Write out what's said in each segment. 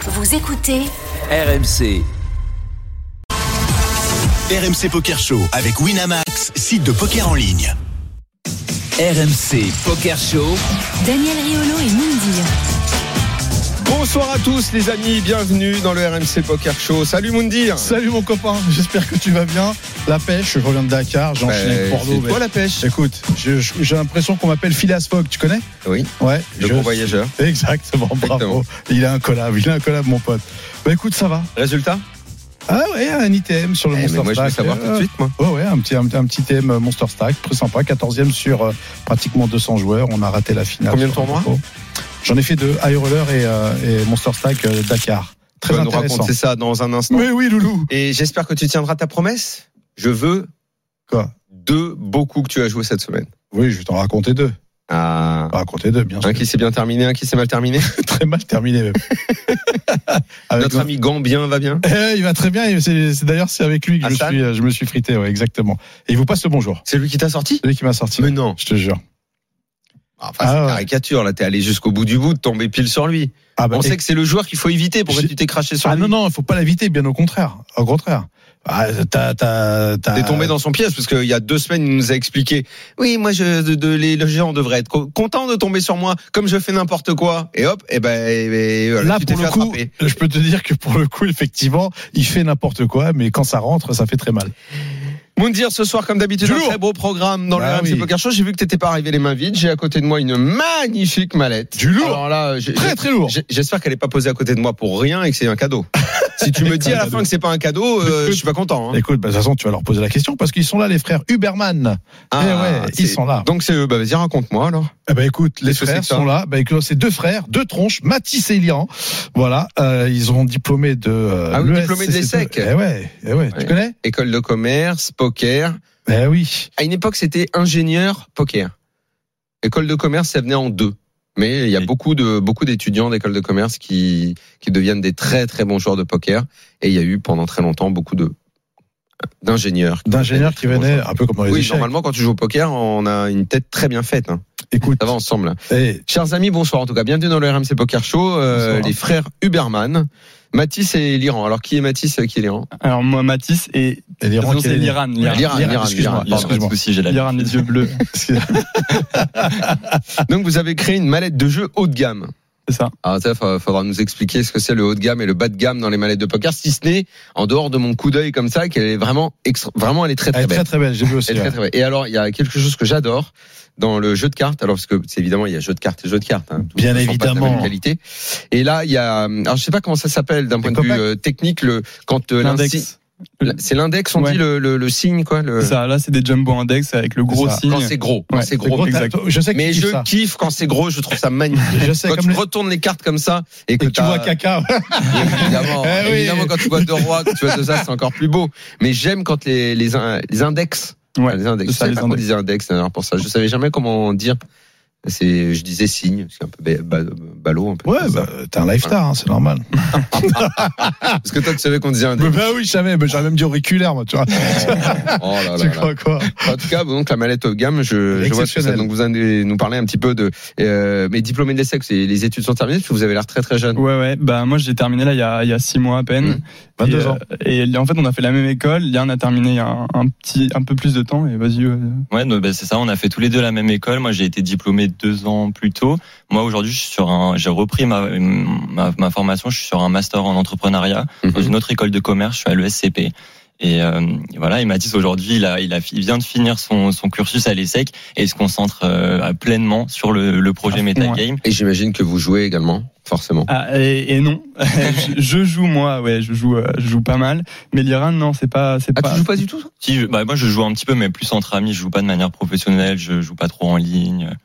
Vous écoutez RMC. RMC Poker Show avec Winamax, site de poker en ligne. RMC Poker Show. Daniel Riolo et Mindy. Bonsoir à tous les amis, bienvenue dans le RMC Poker Show. Salut Moundir Salut mon copain, j'espère que tu vas bien. La pêche, je reviens de Dakar, j'ai enchaîné avec Bordeaux. C'est toi la pêche mais- Écoute, je- je- j'ai l'impression qu'on m'appelle Phileas Fogg, tu connais Oui, Ouais. le je- bon voyageur. Exactement, Exactement. bravo. Il a un collab, il a un collab mon pote. Bah écoute, ça va. Résultat Ah ouais, un ITM sur le Eh, mais Monster Moi je veux Stack. savoir tout de Euh, suite moi. Ouais, ouais, un petit, un, un petit TM Monster Stack, très sympa. 14e sur euh, pratiquement 200 joueurs. On a raté la finale. Combien de sur un tournois topo. J'en ai fait deux, High Roller et, euh, et Monster Stack euh, Dakar. Tu Très vas nous intéressant. raconter ça dans un instant. Mais oui, Loulou. Et j'espère que tu tiendras ta promesse. Je veux Quoi deux beaux coups que tu as joués cette semaine. Oui, je vais t'en raconter deux. Ah. Raconter deux, bien sûr. Un qui s'est bien terminé, un qui s'est mal terminé. Très mal terminé même. Avec Notre nos- ami Gambien va bien. Eh, il va très bien. et c'est- c'est D'ailleurs, c'est avec lui que je me, Hassan suis, euh, je me suis frité. Ouais, exactement. Et il vous passe le bonjour. C'est lui qui t'a sorti C'est lui qui m'a sorti. Mais non. Je te jure. Enfin, Ah c'est une ouais. caricature là. T'es allé jusqu'au bout du bout, de tomber pile sur lui. Ah, bah, On et- sait que c'est le joueur qu'il faut éviter. Pourquoi J'ai- tu t'es craché sur ah lui non, non, il faut pas l'inviter, bien au contraire. Au contraire. Ah, t'as- t'as- t'as- T'es tombé dans son piège parce qu'il y a deux semaines, il nous a expliqué. Oui, moi, je, de, de- les, les gens devraient être co- contents de tomber sur moi, comme je fais n'importe quoi. Et hop, et ben, et voilà, Là, tu t'es pour fait le coup, attraper. je peux te dire que pour le coup, effectivement, il fait n'importe quoi, mais quand ça rentre, ça fait très mal. Moundir, ce soir, comme d'habitude, Du un lourd. très beau programme dans Bah le RMC oui. Poker Show. J'ai vu que t'étais pas arrivé les mains vides. J'ai à côté de moi une magnifique mallette. Du lourd. Alors là, j'ai- Très, très lourd. j'ai- j'espère qu'elle est pas posée à côté de moi pour rien et que c'est un cadeau. si tu me dis à la fin que c'est pas un cadeau, euh, je suis pas content. hein. Écoute, bah, de toute façon, tu vas leur poser la question parce qu'ils sont là, les frères Uberman. Ah, eh ouais, c'est- ils sont là. Donc c'est, eux. bah, vas-y, raconte-moi alors. Eh ben écoute, les Qu'est-ce que c'est frères que ça sont là. Ben écoute, c'est deux frères, deux tronches, Mathis et Liran. Voilà, euh, ils ont diplômé de. euh, Ah oui, l'ES, diplômé de c'est- c'est- l'ESSEC. Eh ouais, eh ouais, Ouais. tu connais École de commerce, poker. Eh oui. À une époque, c'était ingénieur poker. École de commerce, ça venait en deux. Mais il y a beaucoup de beaucoup d'étudiants d'école de commerce qui qui deviennent des très très bons joueurs de poker. Et il y a eu pendant très longtemps beaucoup de d'ingénieurs. D'ingénieurs qui Bonjour. venaient un peu comme dans les Oui, échecs. normalement, quand tu joues au poker, on a une tête très bien faite. hein. Écoute, Ça va ensemble. eh, Chers amis, bonsoir en tout cas. Bienvenue dans le RMC Poker Show. euh, Bonsoir. les frères Huberman, Mathis et Liran. Alors, qui est Mathis et qui est Liran Alors moi Mathis et et Liran Non, qui c'est est- l'Iran, l'Iran, Liran, Liran, excuse-moi, Liran, excuse-moi. l'Iran les yeux bleus, Donc, vous avez créé une mallette de jeu haut de gamme. c'est ça. Alors ça, Ah, fa- faudra nous expliquer ce que c'est le haut de gamme et le bas de gamme dans les mallettes de poker, si ce n'est en dehors de mon coup d'œil comme ça, qu'elle est vraiment, extra- vraiment, elle est très Elle très est très belle. très belle, j'ai vu aussi. Elle est très, très belle. Et alors, il y a quelque chose que j'adore dans le jeu de cartes. Alors parce que c'est évidemment, il y a jeu de cartes et jeu de cartes. hein. Tous Bien ne sont pas de la évidemment. même qualité. Et là, il y a, alors je sais pas comment ça s'appelle d'un point de vue copacs. euh, technique, le quand euh, l'insi- L'index. la- c'est l'index, on Ouais. dit le, le, le signe quoi, le C'est Ça là c'est des jumbo index avec le gros ça. signe. quand c'est gros, quand Ouais, c'est C'est gros. gros, exact. t'as- Je sais que Mais tu kiffes je ça. kiffe quand c'est gros, je trouve ça magnifique. Je sais, Quand tu comme les- retournes les cartes comme ça et que Et tu t'as- vois caca. Évidemment, Eh oui. évidemment quand tu vois deux rois, que tu vois deux as, c'est encore plus beau. Mais j'aime quand les, les, in- les index, Ouais. les index, c'est je ça, savais les pas qu'on index. disait index d'ailleurs, pour ça. Je savais jamais comment dire. C'est, je disais signe, c'est un peu ba- ba- ballot, un peu. Ouais, bah, t'es un lifetard, hein, c'est normal. Parce que toi, tu savais qu'on disait index. Mais bah oui, jamais. mais J'aurais même dit auriculaire, moi, tu vois. Oh là là Tu là. crois quoi En tout cas, donc la mallette haut de gamme, je, je vois ce que c'est. Exceptionnel. Donc vous allez nous parler un petit peu de, euh, mais diplômé de l'ESSEC, c'est- les études sont terminées, parce que vous avez l'air très très jeune. Ouais ouais bah moi j'ai terminé là il y a il y a six mois à Hmm. peine. Et, 22 ans. euh, Et, en fait on a fait la même école. Lian a terminé il y a un, un petit un peu plus de temps et vas-y. euh, Ouais, donc, bah, c'est ça. On a fait tous les deux la même école. Moi, j'ai été diplômé deux ans plus tôt. Moi, aujourd'hui, je suis sur un, j'ai repris ma, ma, ma formation. Je suis sur un master en entrepreneuriat Mhm. dans une autre école de commerce. Je suis à l'ESCP. Et euh, voilà, et Mathis aujourd'hui, il, a, il, a, il vient de finir son, son cursus à l'ESSEC et il se concentre euh, pleinement sur le, le projet À fond, Metagame. Et j'imagine que vous jouez également, forcément. Ah, et, et non, je, je joue moi ouais je joue euh, je joue pas mal. Mais l'Iran non c'est pas c'est Ah, pas. tu joues pas du tout, toi Si, je- bah, moi, je joue un petit peu, mais plus entre amis. Je joue pas de manière professionnelle. Je joue pas trop en ligne.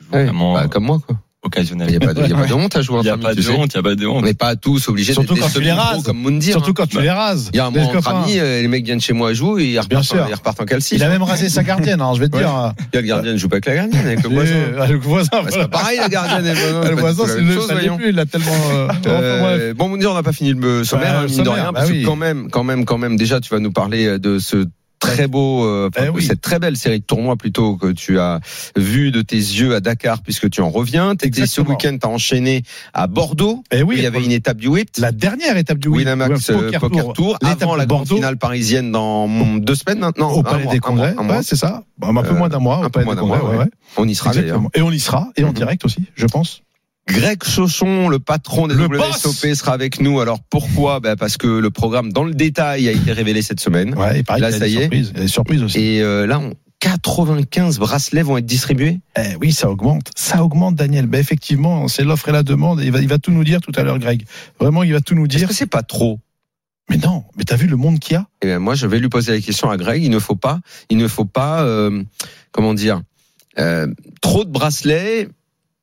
Je joue Ouais, vraiment bah, comme moi, quoi. occasionnellement. Il n'y a pas de, y a pas de honte à jouer Il en n'y a famille, pas tu de sais. honte, il n'y a pas de honte. On n'est pas tous obligés Surtout d'être des quand tu les semi-pros rases. comme Moundir. Surtout quand tu Bah, les rases. hein. Il y a un Les mois entre copains. amis, euh, les mecs viennent chez moi jouer et ils repartent, sûr. en, ils repartent en calcif. Il a même rasé sa gardienne, hein, je vais te Ouais. dire. hein. Il y a le gardien, ne joue pas avec la gardienne, avec le Et- voisin. ah, le voisin, Bah, c'est voilà. pas pareil, la gardienne et le voisin. Le pas voisin, du tout la c'est même le chose, ça l'est voyons. plus, il a tellement. euh, enfin, bref. Euh, bon, Moundir, on n'a pas fini le sommaire, Ouais, hein, mine de sommaire, rien, bah parce que oui. quand même, quand même, quand même, déjà, tu vas nous parler euh, de ce très beau, euh, enfin, Eh oui. cette très belle série de tournois plutôt que tu as vu de tes yeux à Dakar puisque tu en reviens. T'étais ce Exactement. week-end, t'as enchaîné à Bordeaux. Eh où oui, il y avait une étape du WIT. la dernière étape du Winamax Win- euh, Poker, Tour, l'étape avant de la grande Bordeaux. finale parisienne dans deux semaines maintenant. au Un Palais mois, des un mois, Congrès, un mois. ouais, c'est ça. Bah, un peu Euh, moins d'un mois un au peu Palais moins des d'un Congrès, mois, ouais, ouais. ouais. On y sera d'ailleurs. Exactement. Et on y sera, et en Mhm. direct aussi, je pense. Greg Chauchon, le patron des Le WSOP, sera avec nous. Alors pourquoi Ben, Parce que le programme dans le détail a été révélé cette semaine. Ouais, et pareil, Mhm. Là, il y a ça des y est. surprises, il y a des surprises aussi. Et euh, là, on- 95 bracelets vont être distribués. Eh oui, ça augmente. Ça augmente, Daniel. Ben, effectivement, c'est l'offre et la demande. Il va, il va tout nous dire tout à l'heure, Greg. Vraiment, il va tout nous Est-ce dire. que c'est pas trop Mais non, mais t'as vu le monde qu'il y a Eh bien, moi, je vais lui poser la question à Greg. Il ne faut pas, il ne faut pas, euh, comment dire, euh, trop de bracelets.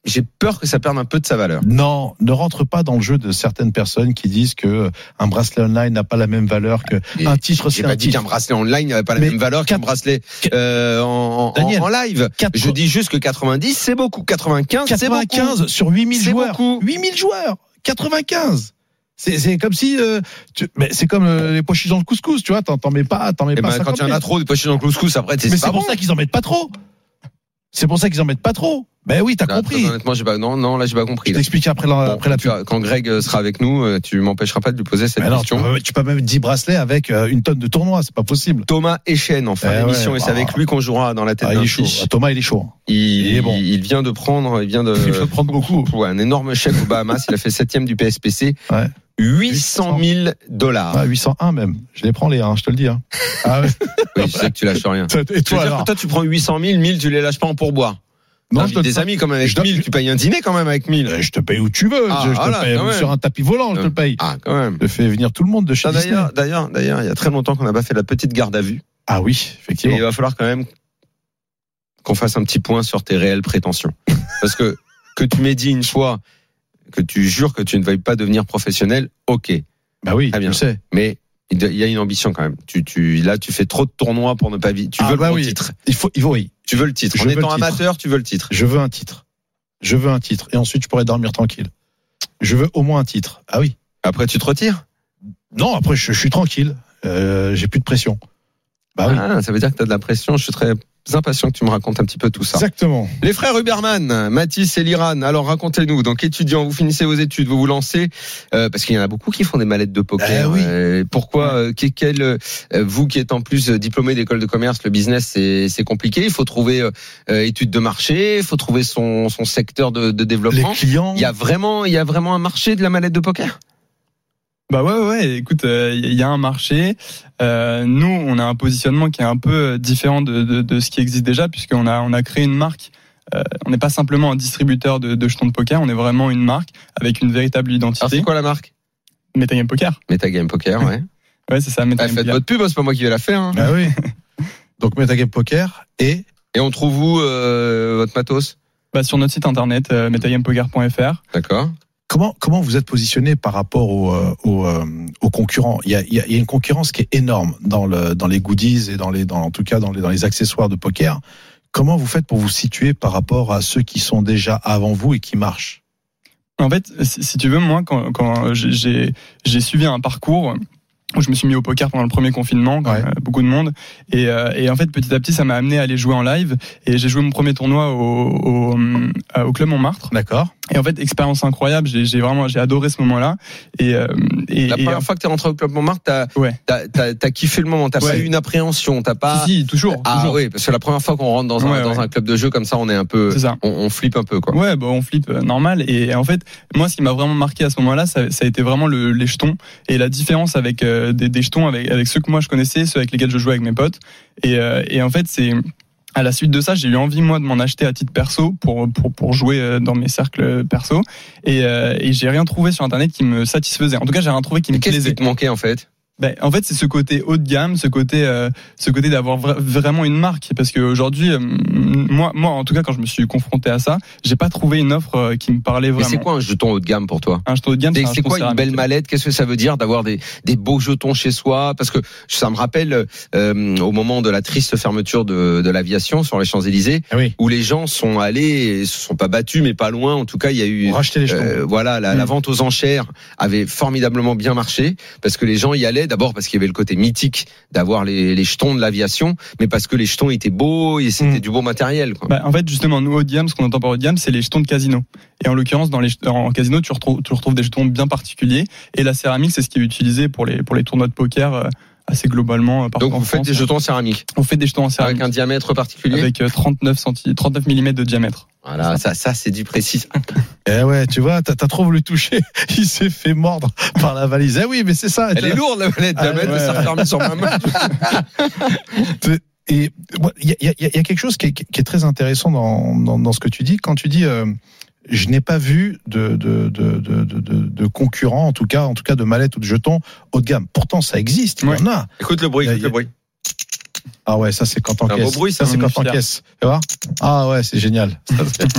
J'ai peur que ça perde un peu de sa valeur. Non, ne rentre pas dans le jeu de certaines personnes qui disent que euh, un bracelet online n'a pas la même valeur que Et un titre. J'ai c'est pas un dit qu'un titre. bracelet online n'avait pas la Mais même valeur qu'un quatre- bracelet euh, en, en- Daniel, en live. quatre- Je dis juste que 90, c'est beaucoup. 95, c'est beaucoup. 95 sur 8000 C'est joueurs. beaucoup. 8000 joueurs 95 c'est, c'est comme si euh, tu- mais c'est comme euh, les pois chiches dans le couscous, tu vois, t'en, t'en mets pas, t'en mets Eh pas ben, quand 50 il y en 000. a trop, des poches dans le couscous, après, c'est Mais pas c'est pour bon. ça qu'ils en mettent pas trop. C'est pour ça qu'ils en mettent pas trop. Ben oui, t'as Là, compris. très Honnêtement, j'ai pas, non, non, là, j'ai pas compris. Je là. t'explique après la, Bon, après la tu pub. vois, quand Greg euh, sera avec nous, euh, tu m'empêcheras pas de lui poser cette Mais alors, tu, question. peux, tu peux même 10 bracelets avec euh, une tonne de tournoi, c'est pas possible. Thomas Echen, en fin Eh d'émission, ouais, et c'est bah. avec lui qu'on jouera dans la tête Ah, il d'un est chaud. fiche. Ah, Thomas, il est chaud. hein. Il, Il est bon. il vient de prendre, il vient de, Il veut prendre beaucoup. pour un énorme chèque aux Bahamas. il a fait septième du PSPC. Ouais. 800 000 dollars. Ah, 801 même. Je les prends les, hein, je te le dis. hein. Ah ouais. Oui, je sais que tu lâches rien. Et Tu veux toi dire alors que toi, tu prends 800 000, 1000, tu les lâches pas en pourboire. Non, T'invites je te des amis quand même je avec donne- 1000, tu payes un dîner quand même avec 1000. Euh, Je te paye où tu veux. Ah, je je voilà, te paye quand même. sur un tapis volant, je te le paye. Ah, quand même. Je te fais venir tout le monde de chez Ça, Disney. D'ailleurs, d'ailleurs, d'ailleurs, il y a très longtemps qu'on n'a pas fait la petite garde à vue. Ah oui, Et euh, effectivement. il va falloir quand même qu'on fasse un petit point sur tes réelles prétentions. Parce que que tu m'aies dit une fois que tu jures que tu ne veuilles pas devenir professionnel, ok. Bah oui, Ah bien. tu le sais. Mais il doit- il y a une ambition quand même. Tu, tu, là, tu fais trop de tournois pour ne pas vivre. Tu Ah veux bah le oui. titre. Il faut, il faut, oui. Tu veux le titre. Je en veux le étant titre. amateur, tu veux le titre. Je veux un titre. Je veux un titre. Et ensuite, je pourrais dormir tranquille. Je veux au moins un titre. Ah oui. Après, tu te retires. Non, après, je, je suis tranquille. Euh, J'ai plus de pression. Bah oui. Ah, ça veut dire que tu as de la pression. Je suis très impatient que tu me racontes un petit peu tout ça. Exactement. Les frères Huberman, Mathis et Liran. Alors, racontez-nous. Donc, étudiants, vous finissez vos études, vous vous lancez, euh, parce qu'il y en a beaucoup qui font des mallettes de poker. Ah oui. Euh, pourquoi euh, que- quel, euh, vous qui êtes en plus euh, diplômé d'école de commerce, le business c'est c'est compliqué. Il faut trouver euh, euh, études de marché, il faut trouver son, son secteur de, de Les développement. clients. Il y a vraiment, il y a vraiment un marché de la mallette de poker. Bah ouais, ouais, écoute, euh, il y a un marché. Euh, nous, on a un positionnement qui est un peu euh, différent de, de, de ce qui existe déjà, puisqu'on a, on a créé une marque. Euh, on n'est pas simplement un distributeur de, de jetons de poker, on est vraiment une marque avec une véritable Alors, identité. Ah, c'est quoi la marque Metagame Poker. Metagame Poker, ouais. Ouais, c'est ça, Ah, Metagame faites Poker. votre pub, hein, c'est pas moi qui vais la faire. hein. Bah oui. Donc, Metagame Poker et Et on trouve où euh, votre matos Bah, sur notre site internet, euh, metagamepoker.fr. D'accord. Comment, comment vous êtes positionné par rapport aux, euh, aux, euh, aux concurrents il y, a, il y a- il y a une concurrence qui est énorme dans, le, dans les goodies et dans les, dans, en tout cas dans les, dans les accessoires de poker. Comment vous faites pour vous situer par rapport à ceux qui sont déjà avant vous et qui marchent En fait, si, si tu veux, moi, quand, quand j'ai- j'ai j'ai suivi un parcours où je me suis mis au poker pendant le premier confinement, comme Ouais. euh, beaucoup de monde, et, euh, et en fait, petit à petit, ça m'a amené à aller jouer en live, et j'ai joué mon premier tournoi au, au, hum, euh, au club Montmartre, D'accord et en fait, expérience incroyable, j'ai j'ai vraiment, j'ai adoré ce moment-là, et, euh, et, La et première fois que t'es rentré au club Montmartre, t'as Ouais. t'as- t'as- t'as kiffé le moment, t'as Ouais. pas eu une appréhension, t'as pas. si, si, toujours, ah toujours, oui, euh, parce que la première fois qu'on rentre dans un Ouais, dans ouais. un club de jeu comme ça, on est un peu, c'est ça. on, on flippe un peu quoi. Ouais, bah on flippe euh, normal. Et en fait, moi, ce qui m'a vraiment marqué à ce moment-là, ça, ça a été vraiment le, les jetons et la différence avec euh, des, des jetons avec, avec ceux que moi je connaissais, ceux avec lesquels je jouais avec mes potes. Et, euh, et en fait, c'est à la suite de ça, j'ai eu envie moi de m'en acheter à titre perso pour pour pour jouer euh, dans mes cercles perso. Et, euh, et j'ai rien trouvé sur internet qui me satisfaisait. En tout cas, j'ai rien trouvé qui me Mais qu'est-ce plaisait. qui te manquait en fait Ben, en fait, c'est ce côté haut de gamme, ce côté, euh, ce côté d'avoir vra- vraiment une marque. Parce qu'aujourd'hui, moi, moi, en tout cas, quand je me suis confronté à ça, j'ai pas trouvé une offre euh, qui me parlait Mais vraiment. c'est quoi un jeton haut de gamme pour toi un jeton haut de gamme Des- un C'est jeton quoi une céramique. belle mallette Qu'est-ce que ça veut dire d'avoir des, des beaux jetons chez soi Parce que ça me rappelle euh, au moment de la triste fermeture de, de l'aviation sur les Champs-Élysées, Eh Ah oui. où les gens sont allés, et se sont pas battus, mais pas loin. En tout cas, il y a eu Pour racheter les jetons. euh, voilà, la, la Mm. vente aux enchères avait formidablement bien marché parce que les gens y allaient D'abord parce qu'il y avait le côté mythique d'avoir les, les jetons de l'aviation, mais parce que les jetons étaient beaux et c'était Mm. du beau matériel. Quoi. Bah, en fait, justement, nous, haut de gamme, ce qu'on entend par haut de gamme, c'est les jetons de casino. Et en l'occurrence, dans les jet- en casino, tu retrouves, tu retrouves des jetons bien particuliers. Et la céramique, c'est ce qui est utilisé pour les, pour les tournois de poker euh, assez globalement. euh, partout Donc en vous faites France. des jetons céramiques On fait des jetons en avec céramique un diamètre particulier. avec, euh, 39, centi- 39 mm de diamètre. Voilà, ça, ça c'est du précis. Eh ouais, tu vois, t'as t'as trop voulu toucher. Il s'est fait mordre par la valise. Eh oui, mais c'est ça. Elle est lourde la manette, Ah, diamètre, ouais, ça ouais. referme sur ma main. Et moi, il y a, il y a- il y a quelque chose qui est, qui est très intéressant dans, dans, dans ce que tu dis. Quand tu dis, euh, je n'ai pas vu de, de, de, de, de, de- de concurrent, en tout cas, en tout cas de mallette ou de jeton haut de gamme. Pourtant, ça existe. Il Ouais. y en a. Écoute le bruit, Il y a- écoute le bruit. Ah ouais, ça c'est quand C'est un t'encaisses. beau bruit, ça ça, c'est mon quand filaire. t'encaisses. Tu vois Ah ouais, c'est génial. Ça, c'est-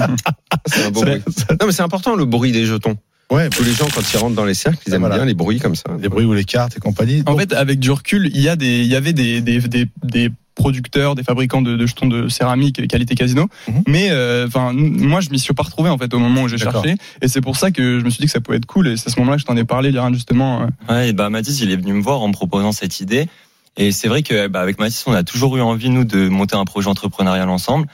C'est un beau ça- bruit. Non mais c'est important le bruit des jetons. ouais, Tous les gens quand ils rentrent dans les cercles, ils Ah, aiment voilà. bien les bruits comme ça. les bruits ou les cartes et compagnie. En Donc, fait, avec du recul, il y, a des, il y avait des, des, des, des producteurs, des fabricants de, de jetons de céramique qualité casino, Mhm. mais euh, enfin n- moi je m'y suis pas retrouvé en fait au moment où j'ai D'accord. cherché, et c'est pour ça que je me suis dit que ça pouvait être cool, et c'est à ce moment-là que je t'en ai parlé, Liran justement. euh, Ouais, et bah Mathis, il est venu me voir en me proposant cette idée. Et c'est vrai que bah, avec Mathis, on a toujours eu envie nous de monter un projet entrepreneurial ensemble.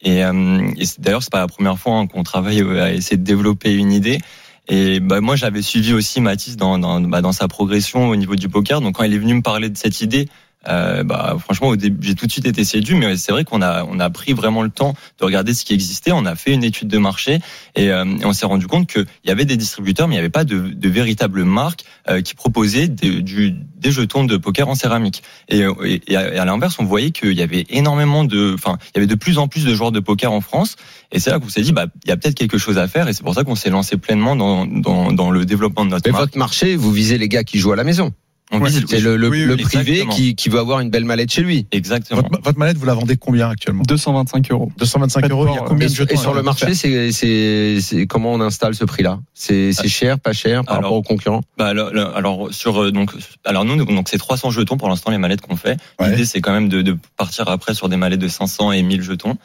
Et, euh, et c'est- d'ailleurs, c'est pas la première fois hein, qu'on travaille euh, à essayer de développer une idée. Et bah, moi, j'avais suivi aussi Mathis dans, dans, bah, dans sa progression au niveau du poker. Donc quand il est venu me parler de cette idée, euh, bah, franchement, au début, j'ai tout de suite été séduit. Mais c'est vrai qu'on a, on a pris vraiment le temps de regarder ce qui existait. On a fait une étude de marché et, euh, et on s'est rendu compte qu'il y avait des distributeurs, mais il n'y avait pas de, de véritable marque euh, qui proposait des, du, des jetons de poker en céramique. Et, euh, et- et à, et à l'inverse, on voyait qu'il y avait énormément de, enfin, il y avait de plus en plus de joueurs de poker en France. Et c'est là qu'on s'est dit, bah, il y a peut-être quelque chose à faire. Et c'est pour ça qu'on s'est lancé pleinement dans, dans, dans le développement de notre Mais marque. votre marché, vous visez les gars qui jouent à la maison. On Ouais, vise- C'est le, le- Oui, oui, le exactement. privé qui, qui veut avoir une belle mallette chez lui. Exactement. votre, votre mallette, vous la vendez combien actuellement 225 euros. 225 Pas de euros. Il y a port, combien Et, de jetons euh, et sur alors, le à faire marché, c'est c'est- c'est- comment on installe ce prix-là C'est c'est cher, pas cher par Alors- rapport aux concurrents Bah, alors, alors, sur euh, donc alors nous donc c'est 300 jetons pour l'instant les mallettes qu'on fait. Ouais. L'idée c'est quand même de, de partir après sur des mallettes de 500 et 1000 jetons.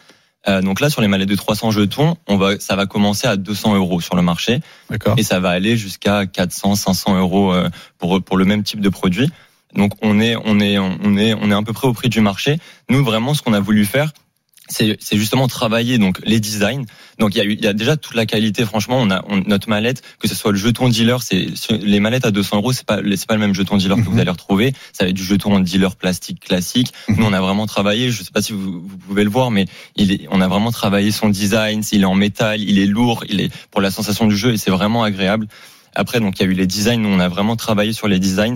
Euh, donc là sur les mallettes de 300 jetons, on va ça va commencer à 200 euros sur le marché. D'accord. et ça va aller jusqu'à 400 500 euros euh, pour pour le même type de produit donc on est on est on est on est à peu près au prix du marché nous vraiment ce qu'on a voulu faire c'est c'est justement travailler donc les designs donc il y a eu- il y a déjà toute la qualité franchement on a on- notre mallette que ce soit le jeton dealer c'est sur- les mallettes à 200 euros c'est pas c'est pas le même jeton dealer que vous Mhm. allez retrouver ça va être du jeton en dealer plastique classique nous on a vraiment travaillé je sais pas si vous, vous pouvez le voir mais il est, on a vraiment travaillé son design, il est en métal, il est lourd, il est pour la sensation du jeu et c'est vraiment agréable. Après, donc il y a eu les designs, nous on a vraiment travaillé sur les designs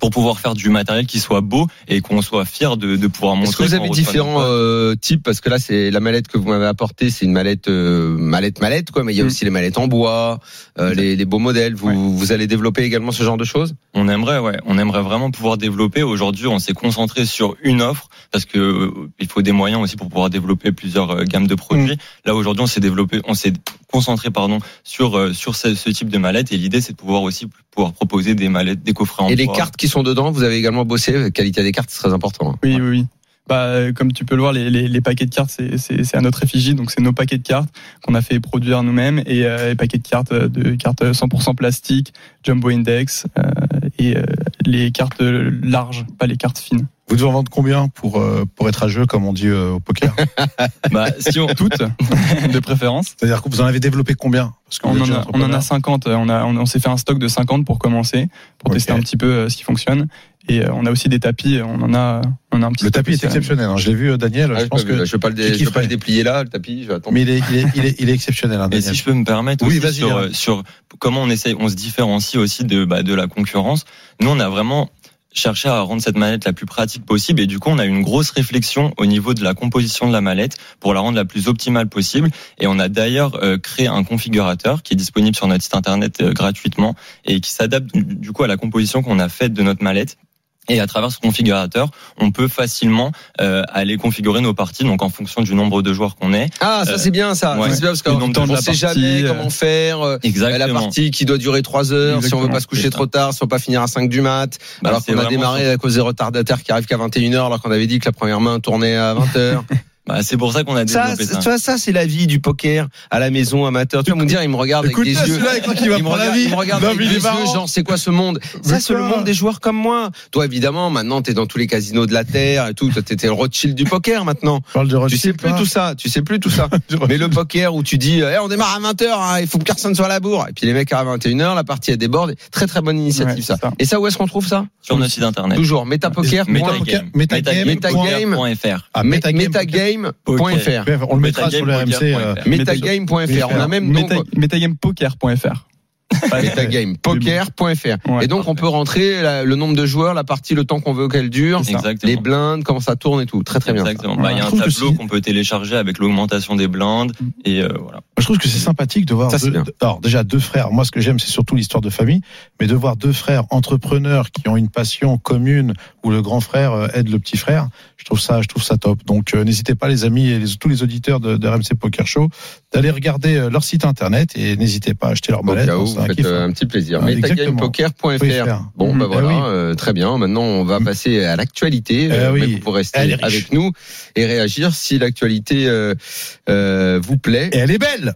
pour pouvoir faire du matériel qui soit beau et qu'on soit fier de, de pouvoir Est-ce montrer. que vous qu'on avez reçoit différents notre- euh, types Parce que là, c'est la mallette que vous m'avez apportée, c'est une mallette, euh, mallette, mallette, quoi. Mais il y a Mm. aussi les mallettes en bois, euh, les, les beaux modèles. Vous, Ouais. vous allez développer également ce genre de choses On aimerait, ouais, on aimerait vraiment pouvoir développer. Aujourd'hui, on s'est concentré sur une offre parce que euh, il faut des moyens aussi pour pouvoir développer plusieurs euh, gammes de produits. Mm. Là aujourd'hui, on s'est développé, on s'est concentré, pardon, sur euh, sur ce, ce type de mallette et l'idée c'est de pouvoir aussi pouvoir proposer des mallettes, des coffrets en Et les bois. cartes qui sont dedans, vous avez également bossé. La Qualité des cartes, c'est très important. hein. Oui, oui, oui. Bah, euh, comme tu peux le voir, les, les, les paquets de cartes, c'est- c'est c'est à notre effigie, donc c'est nos paquets de cartes qu'on a fait produire nous-mêmes et euh, les paquets de cartes euh, de cartes 100% plastique, jumbo index euh, et euh, les cartes euh, larges, pas les cartes fines. Vous devez en vendre combien pour euh, pour être à jeu, comme on dit euh, au poker Bah, si on, Toutes, de préférence. C'est-à-dire que vous en avez développé combien Parce que vous On êtes en, jeune a, on en a entrepreneur. 50. euh, On, a, on, on s'est fait un stock de 50 pour commencer, pour Ok. tester un petit peu euh, ce qui fonctionne. Et euh, on a aussi des tapis. On en a, on a un petit. Le tapis est exceptionnel. exceptionnel. hein. Je l'ai vu, euh, Daniel. Ah, je pense peux- que. je vais pas le, tu dé- je vais pas kifferais. le déplier là, le tapis. Je vais attendre. Mais il est, il est, il est, il est exceptionnel, hein, Et Daniel. si je peux me permettre Oui, aussi vas-y, sur, Léa. euh, sur comment on essaye, on se différencie aussi de, bah, de la concurrence. Nous, on a vraiment cherché à rendre cette mallette la plus pratique possible et du coup, on a eu une grosse réflexion au niveau de la composition de la mallette pour la rendre la plus optimale possible. Et on a d'ailleurs euh, créé un configurateur qui est disponible sur notre site internet euh, gratuitement et qui s'adapte du, du coup à la composition qu'on a faite de notre mallette. Et à travers ce configurateur, on peut facilement euh, aller configurer nos parties, donc en fonction du nombre de joueurs qu'on est. Ah, ça Euh, c'est bien ça. ouais. C'est bien parce Le nombre de temps de qu'on la sait partie, jamais euh, comment faire. euh, Exactement. La partie qui doit durer 3 heures, si on veut Exactement, pas se coucher c'est trop tard, si on veut pas finir à 5 du mat, Bah, alors c'est qu'on a vraiment démarré à cause des retardataires qui arrivent qu'à 21h, alors qu'on avait dit que la première main tournait à 20h. Bah, c'est pour ça qu'on a Ça, développé c'est- ça. tu vois, ça, c'est la vie du poker à la maison amateur. Tu vas me dire, il me regarde avec des Écoute-le, yeux. celui-là, il croit qu'il va il me prendre la regarde, vie. il me regarde Non, avec mais il des est yeux, marrant. genre, c'est quoi ce monde Ça, Mais c'est le quoi monde des joueurs comme moi. Toi, évidemment, maintenant, t'es dans tous les casinos de la Terre et tout. Toi, T'étais le Rothschild du poker maintenant. Je parle de Tu Rothschild, sais plus pas. tout ça. Tu sais plus tout ça. Je Mais le poker où tu dis, eh, on démarre à 20h, il faut que personne soit à la bourre. Et puis les mecs arrivent à 21h, la partie elle déborde. Très très bonne initiative Ouais, ça. c'est ça. Et ça, où est-ce qu'on trouve ça Sur notre site internet. Toujours, metapoker. Metapoker. Metagame. Metagame.fr. Ah, Metagame. Metagame.fr. Bref, on le mettra sur le RMC. euh, Metagame.fr. On a même donc Metagamepoker.fr. metagamepoker.fr. Ouais, et donc, on peut rentrer la- le nombre de joueurs, la partie, le temps qu'on veut qu'elle dure, C'est ça. les Exactement. blindes, comment ça tourne et tout. Très très bien. ça. Exactement. Bah, Il y a Je un trouve que tableau si- qu'on peut télécharger avec l'augmentation des blindes et euh, voilà. Je trouve que c'est sympathique de voir. Ça, c'est deux- bien. de- alors déjà deux frères. Moi, ce que j'aime, c'est surtout l'histoire de famille, mais de voir deux frères entrepreneurs qui ont une passion commune où le grand frère euh, aide le petit frère. Je trouve ça, je trouve ça top. Donc euh, n'hésitez pas, les amis et les- tous les auditeurs de, de RMC Poker Show, d'aller regarder euh, leur site internet et n'hésitez pas à acheter leur Au molette. cas où, vous un faites kiff. hein. euh, un petit plaisir. Ouais, exactement. Oui, Metagamepoker.fr. frère. Bon, Mhm. bah Eh voilà, oui. euh, très bien. Maintenant, on va Mhm. passer à l'actualité. Eh Euh, oui. mais Vous pourrez Elle est rester riche. avec nous et réagir si l'actualité euh, euh, vous plaît. Et elle est belle.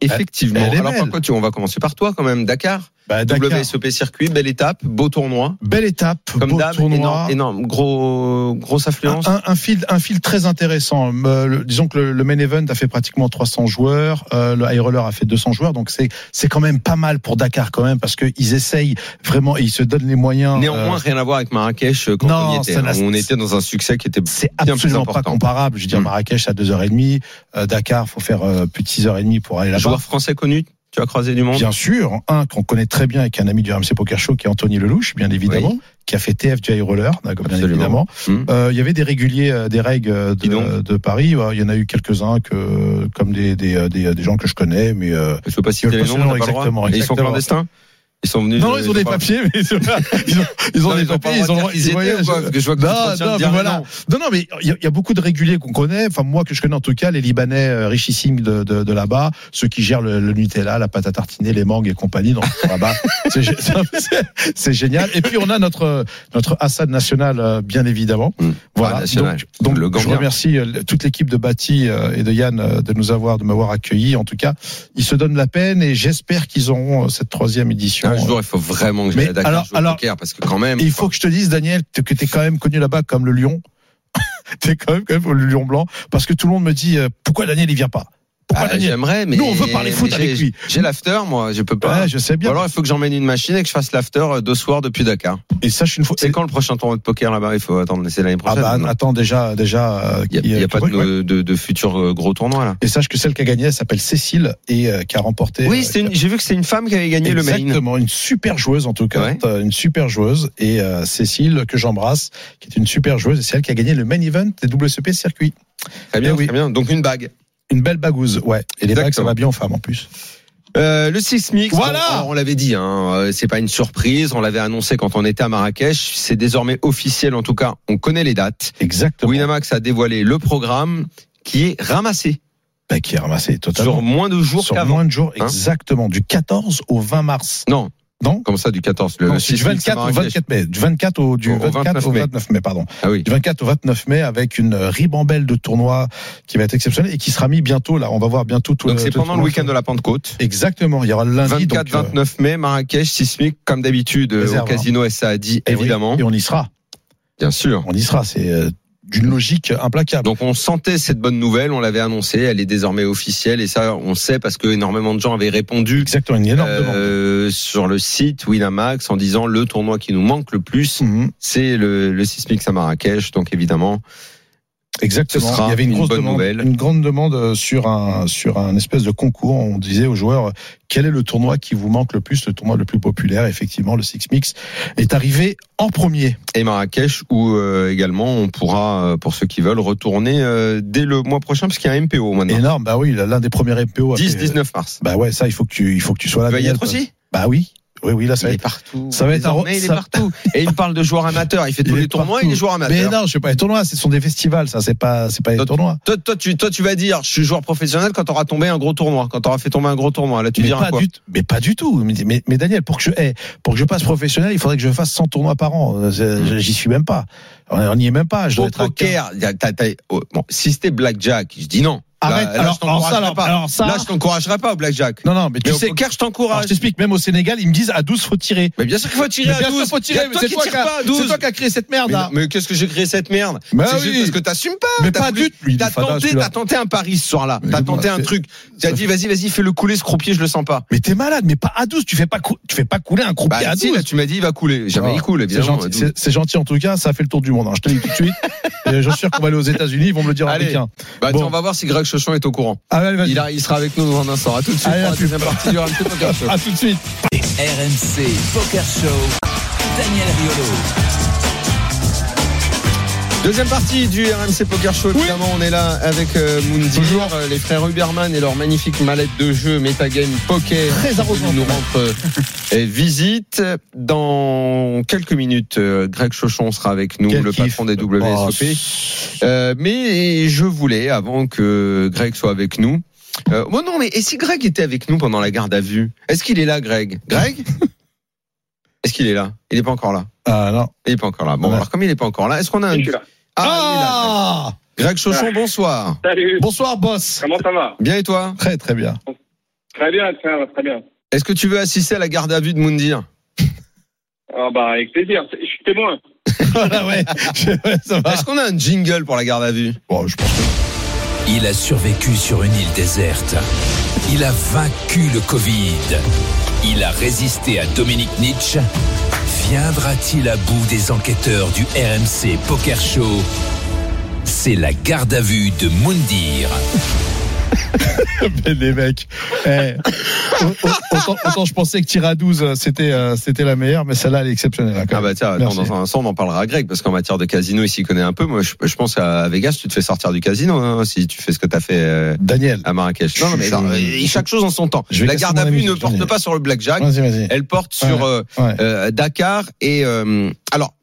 Effectivement. Eh, elle est Alors, belle. pourquoi tu On va commencer par toi quand même. Dakar, Bah, Dakar, WSOP circuit, belle étape, beau tournoi. belle étape, Comme beau d'hab, tournoi. Ah, énorme, énorme, gros, grosse affluence. Un, un field, un field très intéressant. Euh, le- disons que le, le main event a fait pratiquement 300 joueurs, euh, le high roller a fait 200 joueurs, donc c'est c'est quand même pas mal pour Dakar quand même parce que ils essayent vraiment et ils se donnent les moyens. Néanmoins, euh, rien à voir avec Marrakech euh, quand Non, on y était. ça hein, n'a- où On était dans un succès qui était. c'est plus absolument pas important. comparable. Je veux dire, Mm. Marrakech à 2h30, euh, Dakar, faut faire euh, plus de 6h30 pour aller là-bas. Joueur français connu, tu as croisé du monde. Bien sûr, un qu'on connaît très bien et qui est un ami du RMC Poker Show, qui est Anthony Lelouch, bien évidemment, qui a fait TF du high roller, d'accord, bien évidemment. Absolument. Mm. Euh, il y avait des réguliers, euh, des règles euh, Dis de, donc. de Paris. Ouais, Il y en a eu quelques-uns que, comme des, des, euh, des, des gens que je connais, mais euh, Je peux pas Je citer peux les pas noms, citer on n'a les pas le noms, exactement, droit. Et Ils sont exactement. clandestins Ils sont venus. non, ils ont des pas- papiers, mais ils ont, ils ont, ils ont Non, des ils ont pas papiers, le ils ont droit le droit- de dire qu'ils ils ont- étaient ou quoi Parce que je vois que Non, tu te retiens de non, dire mais les voilà. noms. Non, non, mais il y, a- il y a beaucoup de réguliers qu'on connaît. Enfin, moi que je connais en tout cas, les Libanais euh, richissimes de, de, de là-bas, ceux qui gèrent le, le Nutella, la pâte à tartiner, les mangues et compagnie. Donc là-bas, c'est gé- c'est- c'est génial. Et puis on a notre euh, notre Assad national, euh, bien évidemment. Mmh. Voilà. Ah, national. donc, donc Le je Gambien. remercie euh, le- toute l'équipe de Bati euh, et de Yann euh, de nous avoir de m'avoir accueilli. En tout cas, ils se donnent la peine et j'espère qu'ils auront euh, cette troisième édition. euh, Un jour, il faut vraiment que j'aille Mais à Dakar alors- jouer au alors- poker parce que quand même. Et il faut que je te dise, Daniel, t- que t'es quand même connu là-bas comme le lion. t'es quand même, quand même le lion blanc. Parce que tout le monde me dit, euh, pourquoi Daniel, il vient pas? Pourquoi Ah, Daniel? J'aimerais, mais. Nous, on veut parler foot mais avec j'ai- lui. J'ai l'after, moi, je peux pas. Ouais, je sais Ou bien. alors, il faut que j'emmène une machine et que je fasse l'after euh, deux soirs depuis Dakar. Et sache une fois. C'est quand le prochain tournoi de poker là-bas Il faut attendre, c'est l'année Ah prochaine. bah, non attends, déjà, déjà. euh, Il qui- n'y a, euh, pas ouais, ouais. de, de, de futur euh, gros tournoi là. Et sache que celle qui a gagné, elle s'appelle Cécile et euh, qui a remporté. euh, Oui, c'est une- j'ai vu que c'est une femme qui avait gagné le main. Exactement, une super joueuse en tout cas, Ouais. euh, une super joueuse et euh, Cécile que j'embrasse, qui est une super joueuse et c'est elle qui a gagné le main event des WCP circuit. Très bien, Eh oui. très bien. Donc une bague. Une belle bagouze, ouais. Et les bagues, ça Exactement. va bien aux femmes en plus. Euh, le Six Mix. Voilà. on- alors, On, l'avait dit, hein, euh, c'est pas une surprise. On l'avait annoncé quand on était à Marrakech. C'est désormais officiel. En tout cas, on connaît les dates. Exactement. Winamax a dévoilé le programme qui est ramassé Bah, qui est ramassé totalement. sur moins de jours sur qu'avant. moins de jours, Hein exactement, du 14 au 20 mars. Non, Non, comme ça du 14. Le, Non, le c'est du Six Mix à 24 au Marrakech. 24 mai, du 24 au du Au 24 au 29 mai. 29 mai, pardon, Ah oui. du 24 au 29 mai avec une ribambelle de tournois qui va être exceptionnelle et qui sera mis bientôt là. On va voir bientôt tout. Donc c'est pendant le week-end de la Pentecôte. Exactement, il y aura le lundi. 24, donc, euh, 29 mai, Marrakech, Sismic, comme d'habitude, euh, au réserve, hein. casino SADI, et oui, évidemment. Et on y sera, Bien sûr. on y sera. C'est euh, d'une logique implacable. Donc on sentait cette bonne nouvelle, on l'avait annoncée, elle est désormais officielle et ça on sait parce que énormément de gens avaient répondu exactement, une énorme demande. euh, sur le site Winamax en disant le tournoi qui nous manque le plus Mhm, c'est le, le Sismic à Marrakech donc évidemment Exactement. ce sera Il y avait une une grosse bonne demande, nouvelle. une grande demande euh, sur un sur un espèce de concours. On disait aux joueurs euh, quel est le tournoi qui vous manque le plus, le tournoi le plus populaire. Effectivement, le Six Mix est arrivé en premier. et Marrakech où euh, également on pourra euh, pour ceux qui veulent retourner euh, dès le mois prochain parce qu'il y a un MPO maintenant Énorme. Bah oui, l'un des premiers MPO. a fait- 10-19 mars Bah ouais, ça il faut que tu il faut que tu sois là. tu vas y Daniel, être parce- aussi Bah oui. Oui, oui, là, ça Il va est être. partout. ça va être un Désormais, re- il est ça- partout. Et il me parle de joueurs amateurs. Il fait tous il est les tournois, il est partout. joueur amateur. Mais non, je sais pas, les tournois, ce sont des festivals, ça, c'est pas, c'est pas les Toi, tournois. Toi, toi, tu, toi, tu vas dire, je suis joueur professionnel quand t'auras tombé un gros tournoi, quand t'auras fait tomber un gros tournoi. Là, tu mais, diras pas quoi du, mais pas du tout. Mais, mais- mais Daniel, pour que je eh, pour que je passe professionnel, il faudrait que je fasse 100 tournois par an. Euh, c'est- J'y suis même pas. On on n'y est même pas. Je dois Hmm. Au être à poker, y a- t'as- t'as- oh, bon, si c'était blackjack, je dis non. Là- Arrête, là, alors, je t'encouragerai alors ça, pas. alors ça- là, je t'encouragerais pas au blackjack. Non, non, mais tu mais au sais. poker, je Alors, t'encourage. je t'explique, même au Sénégal, ils me disent à 12, faut tirer. Mais bien sûr qu'il faut tirer Mais à bien sûr, 12. faut tirer, Y a mais toi c'est qui toi tires qui a- pas à 12. c'est toi qui as créé cette merde, Mais, là. non, mais qu'est-ce que j'ai créé cette merde Mais C'est oui. juste parce que t'assumes pas. Mais t'as pas voulu- du tout. Il est T'as fada, tenté, celui-là. t'as tenté un pari ce soir-là. Mais T'as je tenté vois, un c'est- truc. T'as ça dit, vas-y, vas-y, fais le couler ce croupier, je le sens pas. Mais t'es malade, mais pas à 12, tu fais pas, cou- tu fais pas couler un Bah, croupier à si, 12. là, tu m'as dit, il va couler. Jamais Ah, il coule, C'est évidemment. gentil, c'est- c'est gentil en tout cas, ça a fait le tour du monde. hein. Je te le dis tout de suite. Et J'en suis sûr qu'on va aller aux États-Unis, ils vont me le dire en Allez. américain. Bah, Bon. tiens, on va voir si Greg Chauchon est au courant. Ah, allez, vas-y. Il, a- il sera avec nous dans un instant. À tout de suite Allez, la pour la pub. deuxième partie du RMC Poker Show. À tout de suite. RMC Poker Show. Daniel Riolo. Deuxième partie du RMC Poker Show, évidemment, on est là avec euh, Moundir, euh, les frères Huberman et leur magnifique mallette de jeu Metagame Poker. Très arrogant. Ils nous rentre euh, visite. Dans quelques minutes, euh, Greg Chauchon sera avec nous, Quel le kiff. patron des Oh, WSOP. Euh, mais je voulais, avant que Greg soit avec nous, euh, bon non, mais et si Greg était avec nous pendant la garde à vue Est-ce qu'il est là, Greg Greg Est-ce qu'il est là Il n'est pas encore là. Ah, non. Il n'est pas encore là. Bon, Ouais. alors comme il n'est pas encore là, est-ce qu'on a un... Je suis là. Ah, Ah il est là, Greg. Greg Chauchon, bonsoir. Salut, Bonsoir, boss. comment ça va Bien et toi Très, très bien. Très bien, ça va très bien. Est-ce que tu veux assister à la garde à vue de Moundir Ah bah avec plaisir, je suis témoin. Voilà, ouais. Ouais, ça va. Est-ce qu'on a un jingle pour la garde à vue Bon, Ah. Oh, je pense que- Il a survécu sur une île déserte. Il a vaincu le Covid. Il a résisté à Dominique Nietzsche. Viendra-t-il à bout des enquêteurs du RMC Poker Show C'est la garde à vue de Moundir. Mais les mecs. eh, au- autant, autant je pensais que tirer à 12, euh, c'était, euh, c'était la meilleure, mais celle-là, elle est exceptionnelle. hein, quand Ah bah même. tiens, attends, Merci. dans un instant on en parlera à Greg parce qu'en matière de casino il s'y connaît un peu. Moi je, je pense à Vegas tu te fais sortir du casino hein, si tu fais ce que t'as fait euh, Daniel. à Marrakech. Non, non, mais Je- non, et chaque chose en son temps. Je vais la casser garde à mon vue ami, ne je porte connais. pas sur le blackjack, Vas-y, vas-y. elle porte sur euh, Ouais. bah, euh, Dakar et euh, alors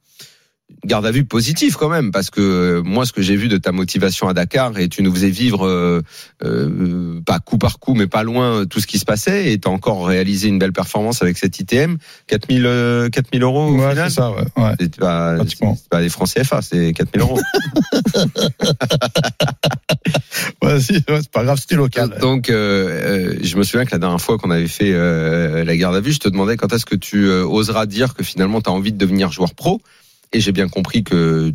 garde à vue positive quand même parce que euh, moi ce que j'ai vu de ta motivation à Dakar et tu nous faisais vivre euh, euh, pas coup par coup mais pas loin euh, tout ce qui se passait et t'as encore réalisé une belle performance avec cette ITM 4000 euh, 4000 euros au Ouais, final. c'est ça, ouais. ouais. C'est pas, Pratiquement. c'est pas des francs CFA, c'est 4000 euros. Vas-y, ouais, c'est pas grave, c'était local. Donc, euh, euh, je me souviens que la dernière fois qu'on avait fait euh, la garde à vue, je te demandais quand est-ce que tu euh, oseras dire que finalement tu as envie de devenir joueur pro. Et j'ai bien compris que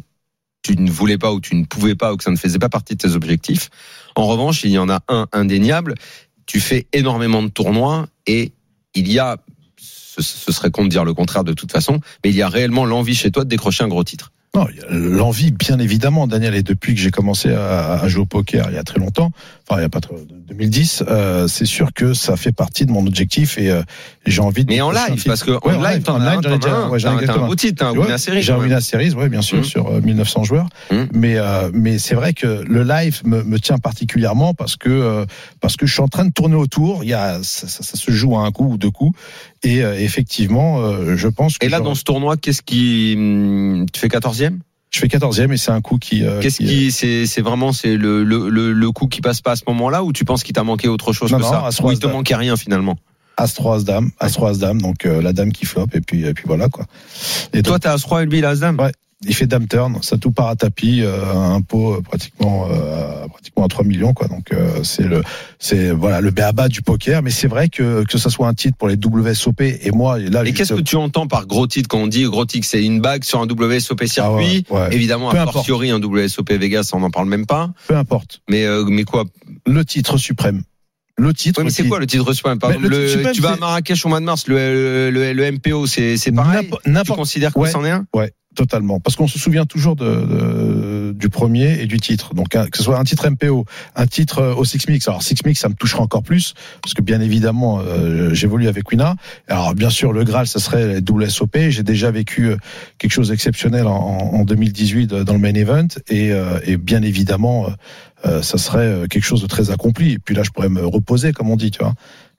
tu ne voulais pas ou tu ne pouvais pas ou que ça ne faisait pas partie de tes objectifs. En revanche, il y en a un indéniable. Tu fais énormément de tournois et il y a, ce, ce serait con de dire le contraire de toute façon, mais il y a réellement l'envie chez toi de décrocher un gros titre. Non, il y a l'envie, bien évidemment, Daniel, et depuis que j'ai commencé à, à jouer au poker il y a très longtemps, enfin il y a pas très, 2010, euh, c'est sûr que ça fait partie de mon objectif et euh, j'ai envie de... Mais en décrocher un live, titre. parce que Ouais, en live, t'en en as un, live, j'en ai t'en as déjà- un. ouais, j'en ai T'as- t'as un exactement. beau titre, t'as un Ouais, Winner Series, J'ai quand même. ruiné la série, oui, bien sûr, Mm. sur euh, 1900 joueurs. Mm. Mais, euh, mais c'est vrai que le live me, me tient particulièrement parce que, euh, parce que je suis en train de tourner autour. Il y a, ça, ça- ça se joue à un coup ou deux coups. Et euh, effectivement, euh, je pense que Et là, je, dans ce tournoi, qu'est-ce qui. hum, Tu fais 14e je fais 14e et c'est un coup qui. euh, Qu'est-ce qui. C'est c'est vraiment c'est le, le, le, le coup qui passe pas à ce moment-là ou tu penses qu'il t'a manqué autre chose Non, que non, ça à ce Ou il te moment-là. manquait rien finalement Astro As Dame, Astro As Dame, donc euh, la dame qui floppe et puis et puis voilà quoi. Et Et toi, toi, t'as As-Roi et lui, il a As-Dame Ouais. il fait Dame Turn, ça tout part à tapis, euh, un pot euh, pratiquement euh, à- pratiquement à 3 millions quoi. Donc euh, c'est le c'est voilà le béaba du poker, mais c'est vrai que que ça soit un titre pour les WSOP et moi et là Et juste- qu'est-ce que tu entends par gros titre quand on dit gros titre C'est une bague sur un WSOP Ah ouais, circuit ouais. Évidemment, Peu a importe. fortiori, un WSOP Vegas, on n'en parle même pas. peu importe Mais, euh, mais quoi le titre suprême, le titre Ouais, mais c'est qui- quoi le titre reçu Par Mais le exemple, le- titre suprême, tu vas à c'est- Marrakech au mois de mars, le, le, le MPO, c'est c'est pareil N'importe- Tu n'importe considères que Ouais. c'en est un Totalement, parce qu'on se souvient toujours de, de- du premier et du titre. Donc un- que ce soit un titre MPO, un titre euh, au Six Mix. Alors Six Mix, ça me touchera encore plus parce que bien évidemment, euh, j'évolue avec Wina. Alors bien sûr, le Graal, ça serait les WSOP. J'ai déjà vécu euh, quelque chose d'exceptionnel en, en 2018 euh, dans le main event et, euh, et bien évidemment, euh, euh, ça serait euh, quelque chose de très accompli. Et puis là, je pourrais me reposer, comme on dit, tu vois.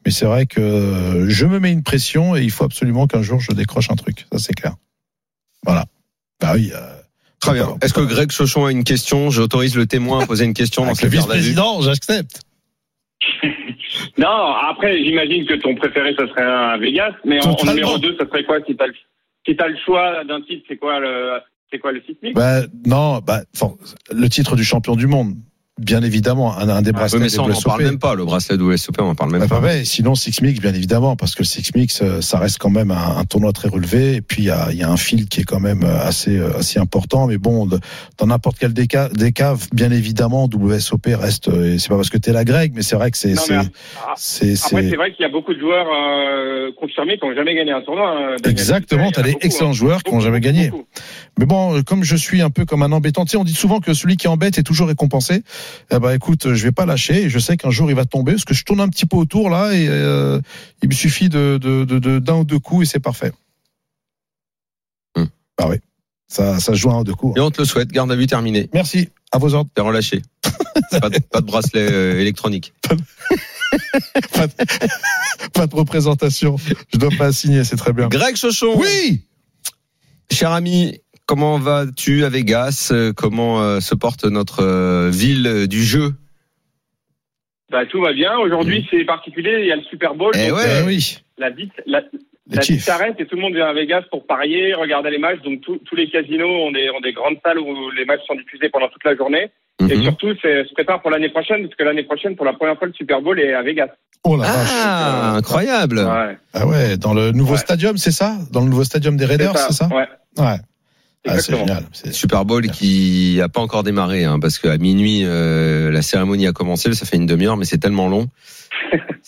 Mais c'est vrai que euh, je me mets une pression et il faut absolument qu'un jour je décroche un truc. Ça, c'est clair. Voilà. Bah oui. euh, Très bien. Est-ce que Greg Chauchon a une question J'autorise le témoin à poser une question dans Avec le cette garde à vue. vice-président, j'accepte. Non, après, j'imagine que ton préféré, ça serait un Vegas, mais en- en, Totalement. numéro 2, ça serait quoi si t'as le, si t'as le choix d'un titre, c'est quoi le, c'est quoi le sismique Bah, non, bah, enfin, le titre du champion du monde, bien évidemment, un, un des Oui, bracelets Ah, mais des ça, on n'en WSOP. parle même pas. Le bracelet de WSOP, on n'en parle même Bah, pas. bah ouais, sinon Six Mix, bien évidemment, parce que le Six Mix, euh, ça reste quand même un, un tournoi très relevé. Et puis il y a, il y a un fil qui est quand même euh, assez euh, assez important. Mais bon, de- dans n'importe quel des cas, des caves, bien évidemment, WSOP reste. euh, et c'est pas parce que t'es la grecque, mais c'est vrai que c'est Non, c'est mais c'est Après, c'est c'est- vrai qu'il y a beaucoup de joueurs euh, confirmés qui n'ont jamais gagné un tournoi. hein, Daniel. Il y en exactement. a T'as des beaucoup, excellents hein. joueurs qui ont Beaucoup, jamais gagné. beaucoup. Mais bon, euh, comme je suis un peu comme un embêtant, tu sais, on dit souvent que celui qui embête est toujours récompensé. Eh ben, écoute, euh, je vais pas lâcher. et Je sais qu'un jour il va tomber, parce que je tourne un petit peu autour là, et euh, il me suffit de de- de- de- d'un ou deux coups et c'est parfait. Hmm. Ah oui, ça ça se joue à un ou deux coups. Et hein. on te le souhaite. Garde à vue terminée. Merci. À vos ordres. T'es relâché. pas, de, pas de bracelet euh, électronique. Pas de représentation. Je dois pas signer, c'est très bien. Greg Chauchon. Oui. Cher ami, comment vas-tu à Vegas Euh, Comment euh, se porte notre euh, ville euh, du jeu Bah, tout va bien. Aujourd'hui, c'est particulier. Il y a le Super Bowl. Eh donc, ouais. euh, Mm. Eh oui. la bite, la, Les la Chiefs. bite s'arrête et tout le monde vient à Vegas pour parier, regarder les matchs. Donc, tous- tous les casinos ont des, ont des grandes salles où les matchs sont diffusés pendant toute la journée. Et Mhm. surtout, c'est- se prépare pour l'année prochaine, parce que l'année prochaine, pour la première fois, le Super Bowl est à Vegas. Oh la vache. Ah, incroyable Ouais. Ah ouais, dans le nouveau Ouais. stadium, c'est ça Dans le nouveau stadium des Raiders, c'est ça Ouais, Ouais. Ah, c'est exactement. génial. C'est- Super Bowl qui a pas encore démarré hein, parce qu'à minuit euh, la cérémonie a commencé. Ça fait une demi-heure, mais c'est tellement long.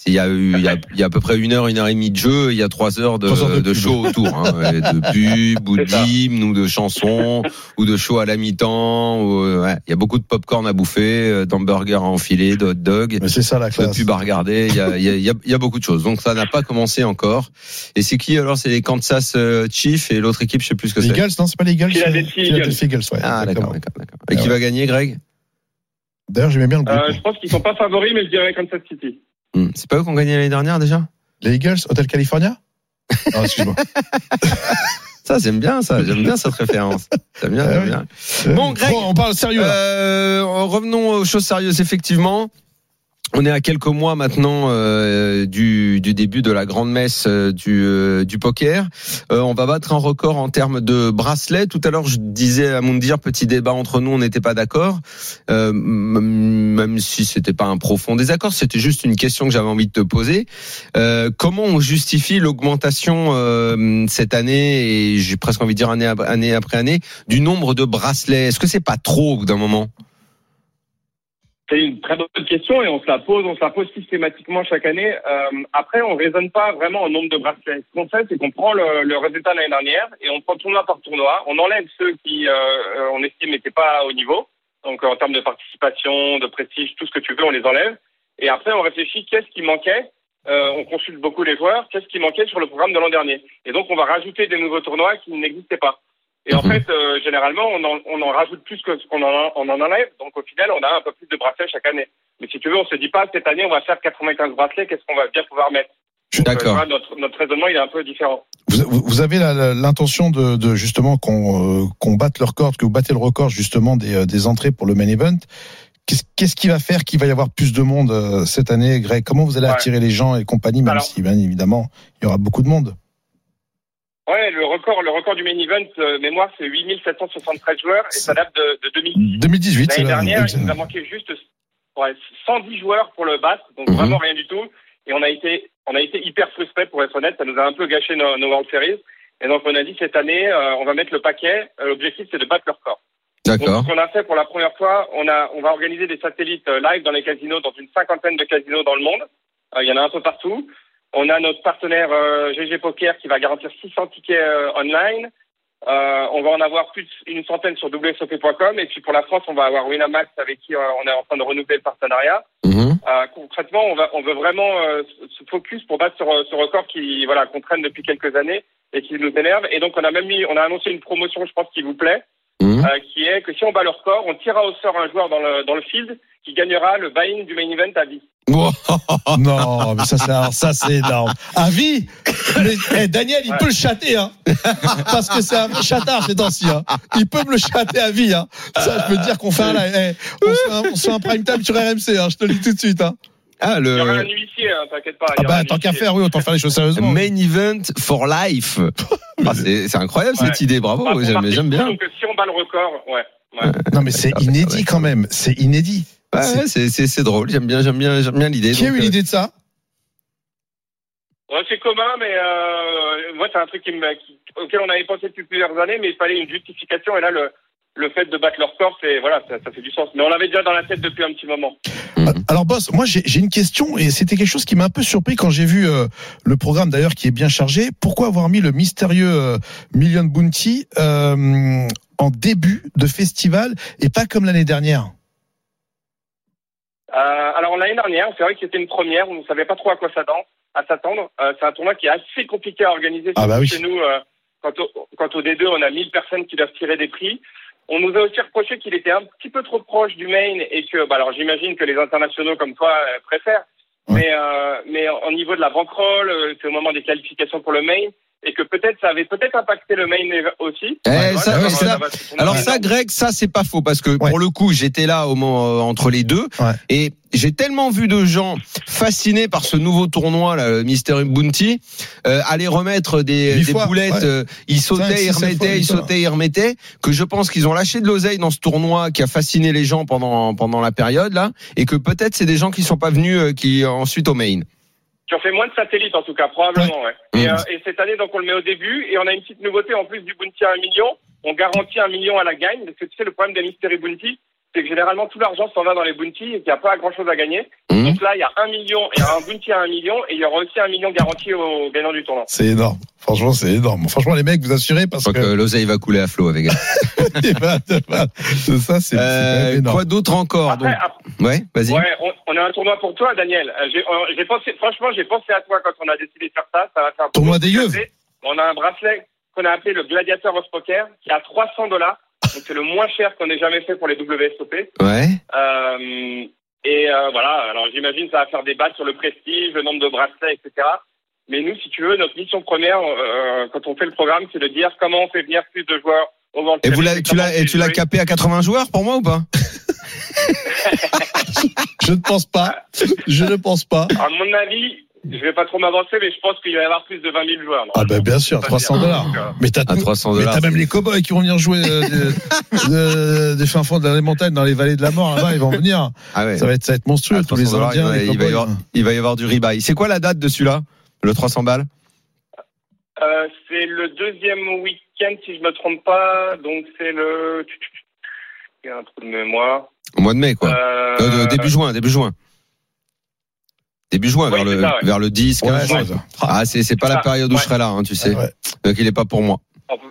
Il y a eu, il y a, il y a à peu près une heure, une heure et demie de jeu. et Il y a trois heures de, Trois heures de de pub. show autour, hein, et de pub ou C'est ça. d'hymne ou de chansons ou de show à la mi-temps. ou, euh, ouais. Il y a beaucoup de popcorn à bouffer, euh, d'hamburgers à enfiler, de hot dog. Mais c'est ça la De classe. pub à regarder, il y a, il y a- il y a- il y a beaucoup de choses. Donc ça n'a pas commencé encore. Et c'est qui alors C'est les Kansas euh, Chiefs et l'autre équipe, je sais plus ce que Les c'est. Eagles, non, c'est pas les Eagles. Philadelphie c'est- Philadelphie Eagles, ouais. Ah exactement. d'accord, d'accord, d'accord. Et Ah qui ouais. va gagner, Greg D'ailleurs, j'aimais bien le groupe. Euh, je pense qu'ils sont pas favoris, mais je dirais Kansas City. Hmm. C'est pas eux qui ont gagné l'année dernière déjà Les Eagles, Hotel California Non, excuse-moi. Ça, j'aime bien ça. J'aime bien cette référence. J'aime bien, Ah j'aime oui. bien. Bon, Greg. on parle sérieux. là. Euh, revenons aux choses sérieuses. Effectivement, on est à quelques mois maintenant euh, du, du début de la grande messe euh, du, euh, du poker. Euh, on va battre un record en termes de bracelets. Tout à l'heure, je disais à Moundir, petit débat entre nous, on n'était pas d'accord. Euh, m- même si c'était pas un profond désaccord, c'était juste une question que j'avais envie de te poser. Euh, comment on justifie l'augmentation euh, cette année et j'ai presque envie de dire année, ap- année après année du nombre de bracelets Est-ce que c'est pas trop au bout d'un moment C'est une très bonne question et on se la pose, on se la pose systématiquement chaque année. Euh, après, on raisonne pas vraiment en nombre de bracelets. Ce qu'on fait, c'est qu'on prend le, le résultat de l'année dernière et on prend tournoi par tournoi. On enlève ceux qui, euh, euh, on estime, n'étaient pas au niveau. Donc, euh, en termes de participation, de prestige, tout ce que tu veux, on les enlève. Et après, on réfléchit qu'est-ce qui manquait. Euh, on consulte beaucoup les joueurs. Qu'est-ce qui manquait sur le programme de l'an dernier Et donc, on va rajouter des nouveaux tournois qui n'existaient pas. Et en Mhm. fait, euh, généralement, on en, on en rajoute plus que ce qu'on en, on en enlève. Donc, au final, on a un peu plus de bracelets chaque année. Mais si tu veux, on se dit pas cette année, on va faire 95 bracelets. Qu'est-ce qu'on va bien pouvoir mettre Donc, euh, D'accord. tu vois, Notre, notre raisonnement, il est un peu différent. Vous, vous- vous avez la- la- l'intention de, de justement qu'on euh, qu'on batte le record, que vous battez le record justement des, euh, des entrées pour le main event. Qu'est-ce qu'est-ce qui va faire qu'il va y avoir plus de monde euh, cette année, Greg Comment vous allez Ouais. attirer les gens et compagnie, même Alors- si bien évidemment il y aura beaucoup de monde Ouais, le record, le record du main event, euh, mémoire, c'est 8773 joueurs et ça date de, de 2000. 2018, c'est L'année la- dernière, il nous a exact- manqué juste ouais, 110 joueurs pour le battre, donc Mhm. vraiment rien du tout. Et on a été, on a été hyper frustrés pour être honnête. Ça nous a un peu gâché nos, nos World Series. Et donc on a dit cette année, euh, on va mettre le paquet. Euh, L'objectif, c'est de battre leur record. D'accord. Donc, ce qu'on a fait pour la première fois, on, a, on va organiser des satellites euh, live dans les casinos, dans une cinquantaine de casinos dans le monde. Euh, Il y en a un peu partout. On a notre partenaire euh, GG Poker qui va garantir 600 tickets euh, online. Euh, on va en avoir plus d'une centaine sur WSOP.com. Et puis pour la France, on va avoir Winamax avec qui euh, on est en train de renouveler le partenariat. Mhm. Euh, concrètement, on, va, on veut vraiment euh, se focus pour battre sur, euh, ce record qui voilà qu'on traîne depuis quelques années et qui nous énerve. Et donc on a même mis, on a annoncé une promotion, je pense, qui vous plaît, Mhm. Mhm. euh, qui est que si on bat leur corps, on tirera au sort un joueur dans le, dans le field qui gagnera le buy-in du main event à vie. Non, mais ça, c'est, alors, ça, c'est énorme. À vie mais, eh, Daniel, il Ouais. peut le chatter, hein. Parce que c'est un vrai chatard, ces temps-ci, hein. Il peut me le chatter à vie, hein. Ça, je peux te dire qu'on fait un, live, eh, on, se fait un, on se fait un prime time sur RMC, hein. Je te le dis tout de suite, hein. Ah, Il y aura un le huissier, hein, t'inquiète pas. Ah il y aura bah, un tant qu'à huissier. faire, oui, autant faire les choses sérieusement. main event for life. Ah, c'est c'est incroyable cette Ouais. idée, oh, bravo, Par contre, j'aime Martin, j'aime bien. Donc si on bat le record, ouais. ouais. Non, mais Ah, c'est inédit quand même. C'est inédit. Ouais, ouais, c'est c'est- c'est drôle, j'aime bien, j'aime bien, j'aime bien l'idée. Qui a donc, eu euh, l'idée de ça Ouais, c'est commun, mais euh, moi, c'est un truc qui me, qui- auquel on avait pensé depuis plusieurs années, mais il fallait une justification. Et là, le, le fait de battre leur corps, c'est voilà, ça, ça fait du sens. Mais on l'avait déjà dans la tête depuis un petit moment. Bah, Mhm. Alors, boss, moi, j'ai j'ai une question et c'était quelque chose qui m'a un peu surpris quand j'ai vu euh, le programme d'ailleurs qui est bien chargé. Pourquoi avoir mis le mystérieux euh, Million Bounty euh, en début de festival et pas comme l'année dernière Euh, alors l'année dernière, c'est vrai que c'était une première, on ne savait pas trop à quoi s'attendre. À s'attendre. Euh, c'est un tournoi qui est assez compliqué à organiser Ah bah oui. chez nous. euh, quant, au, quant au D2, on a 1000 personnes qui doivent tirer des prix. On nous a aussi reproché qu'il était un petit peu trop proche du main et que, bah, alors j'imagine que les internationaux comme toi euh, préfèrent. Ouais. Mais euh, mais au niveau de la bankroll, euh, c'est au moment des qualifications pour le main et que peut-être ça avait peut-être impacté le main ev- aussi. Eh, Ouais, ça, voilà, oui, ça. va se tourner. Alors ça, Greg, ça c'est pas faux parce que pour le coup, j'étais là au moment euh, entre les deux Ouais. et j'ai tellement vu de gens fascinés par ce nouveau tournoi là, le Mystery Bounty, euh, aller remettre des, Dix des fois, boulettes, ouais. euh, ils Cinq, sautaient, six, ils sept fois, remettaient, ils dix fois. sautaient, ils remettaient, que je pense qu'ils ont lâché de l'oseille dans ce tournoi qui a fasciné les gens pendant pendant la période là et que peut-être c'est des gens qui sont pas venus euh, qui euh, ensuite au main. Tu en fais moins de satellites en tout cas, probablement. Ouais. Et, Mmh. euh, et cette année, donc on le met au début et on a une petite nouveauté en plus du bounty à un million. On garantit un million à la gagne parce que tu sais le problème des mystery bounty, c'est que généralement tout l'argent s'en va dans les bounty et qu'il n'y a pas grand chose à gagner. Mmh. Donc là, il y a un million, il y a un bounty à un million et il y aura aussi un million garanti au gagnant du tournoi. C'est énorme. Franchement, c'est énorme. Franchement, les mecs, vous assurez parce eh ben, Je crois que l'oseille va couler à flot avec. ça, c'est Euh, quoi d'autre encore donc Après, après, Ouais, vas-y. ouais, on, on a un tournoi pour toi, Daniel. Euh, J'ai euh, j'ai pensé, franchement, j'ai pensé à toi quand on a décidé de faire ça. Ça va faire Tournoi beaucoup des de yeux. plaisir. On a un bracelet qu'on a appelé le Gladiator of Poker qui a 300 dollars. Donc c'est le moins cher qu'on ait jamais fait pour les WSOP. Ouais. Euh, et euh, voilà, alors j'imagine ça va faire débattre sur le prestige, le nombre de bracelets, etc. Mais nous, si tu veux, notre mission première, euh, quand on fait le programme, c'est de dire comment on fait venir plus de joueurs au vent. Et vous l'as, tu l'as, et tu l'as capé à 80 joueurs pour moi ou pas Je ne pense pas. Je ne pense pas. À mon avis, je vais pas trop m'avancer, mais je pense qu'il va y avoir plus de 20 000 joueurs. non. Ah ben bien sûr, Pas 300 bien. dollars. Donc, euh, Mais t'as À tout- 300 Mais dollars. t'as même les cow-boys qui vont venir jouer euh, de- de- des fins fonds de la montagne dans les vallées de la mort là-bas, ils vont venir. Ah ouais. Ça va être, ça va être À monstrueux, tous 300 les dollars, Indiens, les il, va, il va y cow-boys. avoir, il va y avoir du rebuy. C'est quoi la date de celui-là Le 300 balles euh, c'est le deuxième week-end, si je me trompe pas. Donc c'est le. Il y a un trou de mémoire. Au mois de mai, quoi. Euh, Euh, de- début juin, début juin. Début juin, Ouais, vers, c'est le, ça, ouais. vers le 10, 15 Ouais, juin. ça va. Ah, c'est, c'est pas la Ah, période où je ouais. serai là, hein, tu sais. Ouais. Donc il est pas pour moi. on peut-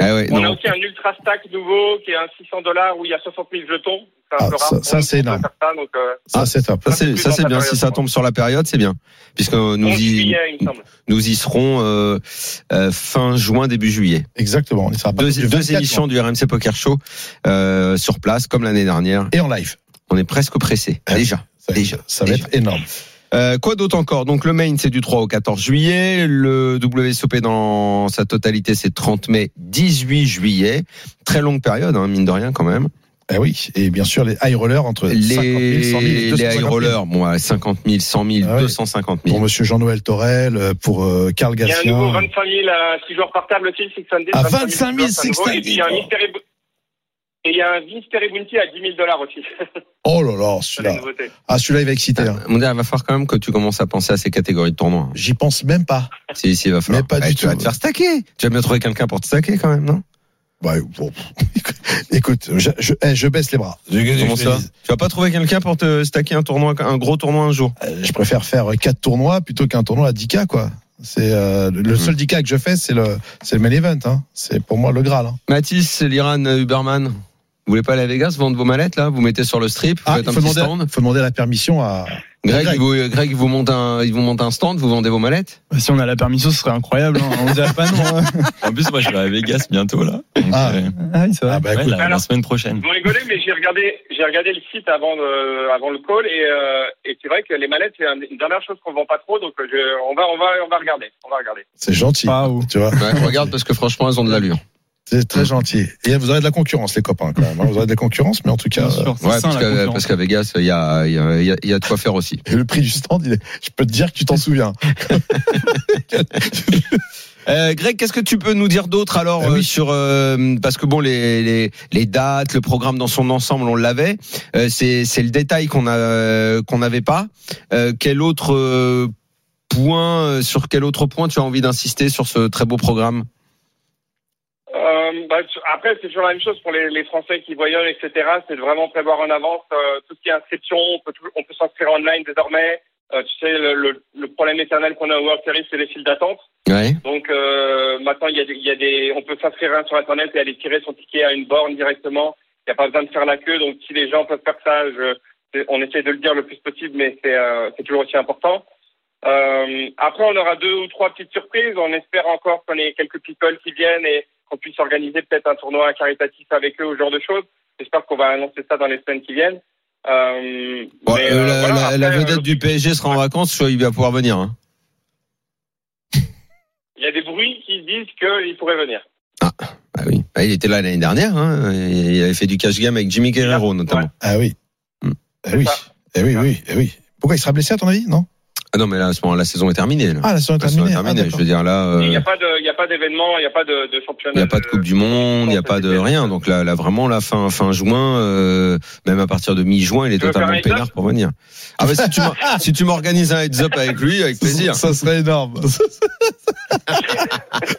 Ah ouais, On a non. aussi un ultra stack nouveau qui est un 600 dollars où il y a 60 000 jetons. C'est un Ah, peu ça- rare. ça, c'est On énorme. peut faire ça, donc, euh, Ça, Ah, c'est top. Ça, c'est, ça, c'est bien. Si ça tombe sur la période, c'est bien. Puisque nous 11 y, juillet, il me semble. nous y serons euh, euh, fin juin, début juillet. Exactement. On y sera à Deux, partir du deux 24, émissions du RMC Poker Show euh, sur place, comme l'année dernière. Et en live. On est presque pressé, Ah oui. déjà. Ça, Déjà, ça va déjà. être énorme. Euh, quoi d'autre encore Donc le main c'est du 3 au 14 juillet, le WSOP dans sa totalité c'est 30 mai, 18 juillet. Très longue période, hein, mine de rien quand même. Eh oui. Et bien sûr, les high rollers entre 50 000, 100 000 et Les, 250 les 000. high rollers, bon, ouais, 50 000, 100 000, Ah ouais. 250 Pour 000. monsieur Jean-Noël Torel, euh, pour euh, Karl Il y a un nouveau Gassien. 25 000 à 6 joueurs par table aussi, 600 Ah, 25 000 25 000, joueurs, c'est un nouveau. Et puis il y a un Mystery Bo- et il y a un Mystery Bounty à 10 000 dollars aussi. Oh là là, C'est la celui-là. nouveauté. Ah, celui-là, il va exciter. hein. Mon gars, il va falloir quand même que tu commences à penser à ces catégories de tournois. J'y pense même pas. Si, si, il va falloir. Eh, Mais pas du tu vas tout. te faire stacker. Tu vas bien trouver quelqu'un pour te stacker quand même, non Bah, bon. Écoute, je, je, eh, je baisse les bras. Comment ça Tu vas pas trouver quelqu'un pour te stacker un tournoi, un gros tournoi un jour Euh, je préfère faire 4 tournois plutôt qu'un tournoi à 10K, quoi. C'est euh, le Mhm. seul 10K que je fais, c'est le, c'est le main event. Hein. C'est pour moi le Graal. Hein. Mathis, Liran, Uberman, Vous voulez pas aller à Vegas vendre vos mallettes là Vous mettez sur le strip, vous Ah, il faites un faut petit demander, stand. faut demander la permission à. Greg, Greg. Il, vous, euh, Greg, il vous monte un, il vous monte un stand, vous vendez vos mallettes. Bah, Si on a la permission, ce serait incroyable. hein. On dirait pas non. hein. En plus, moi, je vais à Vegas bientôt, là. Donc, Ah. euh, Ah oui, c'est vrai. Ah bah ouais, écoute, la, la Alors- semaine prochaine. Vous rigolez, mais j'ai regardé, j'ai regardé le site avant, de- avant le call et, euh, et c'est vrai que les mallettes, c'est un- une dernière chose qu'on vend pas trop, donc euh, je, on va, on va, on va regarder, on va regarder. c'est gentil. Ah. Waouh. Tu vois, Ouais, regarde parce que franchement, elles ont de l'allure. c'est Mhm. très gentil. Et vous aurez de la concurrence, les copains, quand même. hein. Vous aurez de la concurrence, mais en tout cas, Bien sûr, c'est euh, Ouais, sain, parce la qu'à concurrence. parce qu'à Vegas, il y a, il y, a, il y a- il y a de quoi faire aussi. euh, le prix du stand, il est- je peux te dire que tu t'en souviens. Euh, Greg, qu'est-ce que tu peux nous dire d'autre alors Ben oui. euh, sur euh, parce que bon les, les les dates, le programme dans son ensemble, on l'avait. Euh, c'est c'est le détail qu'on a euh, qu'on n'avait pas. Euh, quel autre euh, point euh, sur quel autre point tu as envie d'insister sur ce très beau programme Euh, bah, tu- après, c'est toujours la même chose pour les, les Français qui voyagent, etc. C'est de vraiment prévoir en avance euh, tout ce qui est inscription. On peut, tout- on peut s'inscrire online désormais. Euh, tu sais, le, le, le problème éternel qu'on a au World Series, c'est les files d'attente. Ouais. Donc euh, maintenant, il y, a, des- il y a des, on peut s'inscrire hein, sur Internet et aller tirer son ticket à une borne directement. Il n'y a pas besoin de faire la queue. Donc si les gens peuvent faire ça, je, c'est- on essaie de le dire le plus possible, mais c'est euh, c'est toujours aussi important. Euh, après, on aura deux ou trois petites surprises. On espère encore qu'on ait quelques people qui viennent et qu'on puisse organiser peut-être un tournoi caritatif avec eux, ou ce genre de choses. J'espère qu'on va annoncer ça dans les semaines qui viennent. Euh, Bon, mais, euh, euh, la, voilà, la- après, la euh, vedette du PSG sera en vacances, tu vois, il va pouvoir venir. hein. Il y a des bruits qui disent qu'ils pourraient venir. Ah oui, Ah, il était là l'année dernière. hein. Il avait fait du cash game avec Jimmy Guerrero notamment. Ouais. Ah oui. Hmm. Ah oui. ça. Eh oui, oui, eh oui. Pourquoi il sera blessé à ton avis Non Ah non, mais là à ce moment, la saison est terminée. là. Ah, la saison est La saison terminée. est Ah, terminée. je d'accord. veux dire là. Il n'y euh, a pas de- il n'y a pas d'événement, il n'y a pas de, de championnat. Il n'y a pas de Coupe du Monde, il n'y a pas de rien. Donc là, là vraiment, la fin, fin juin, euh, même à partir de mi-juin, il est Tu veux faire un totalement heads-up peinard pour venir. Ah bah si tu m'or- si tu m'organises un heads up avec lui, avec plaisir. Ça serait énorme.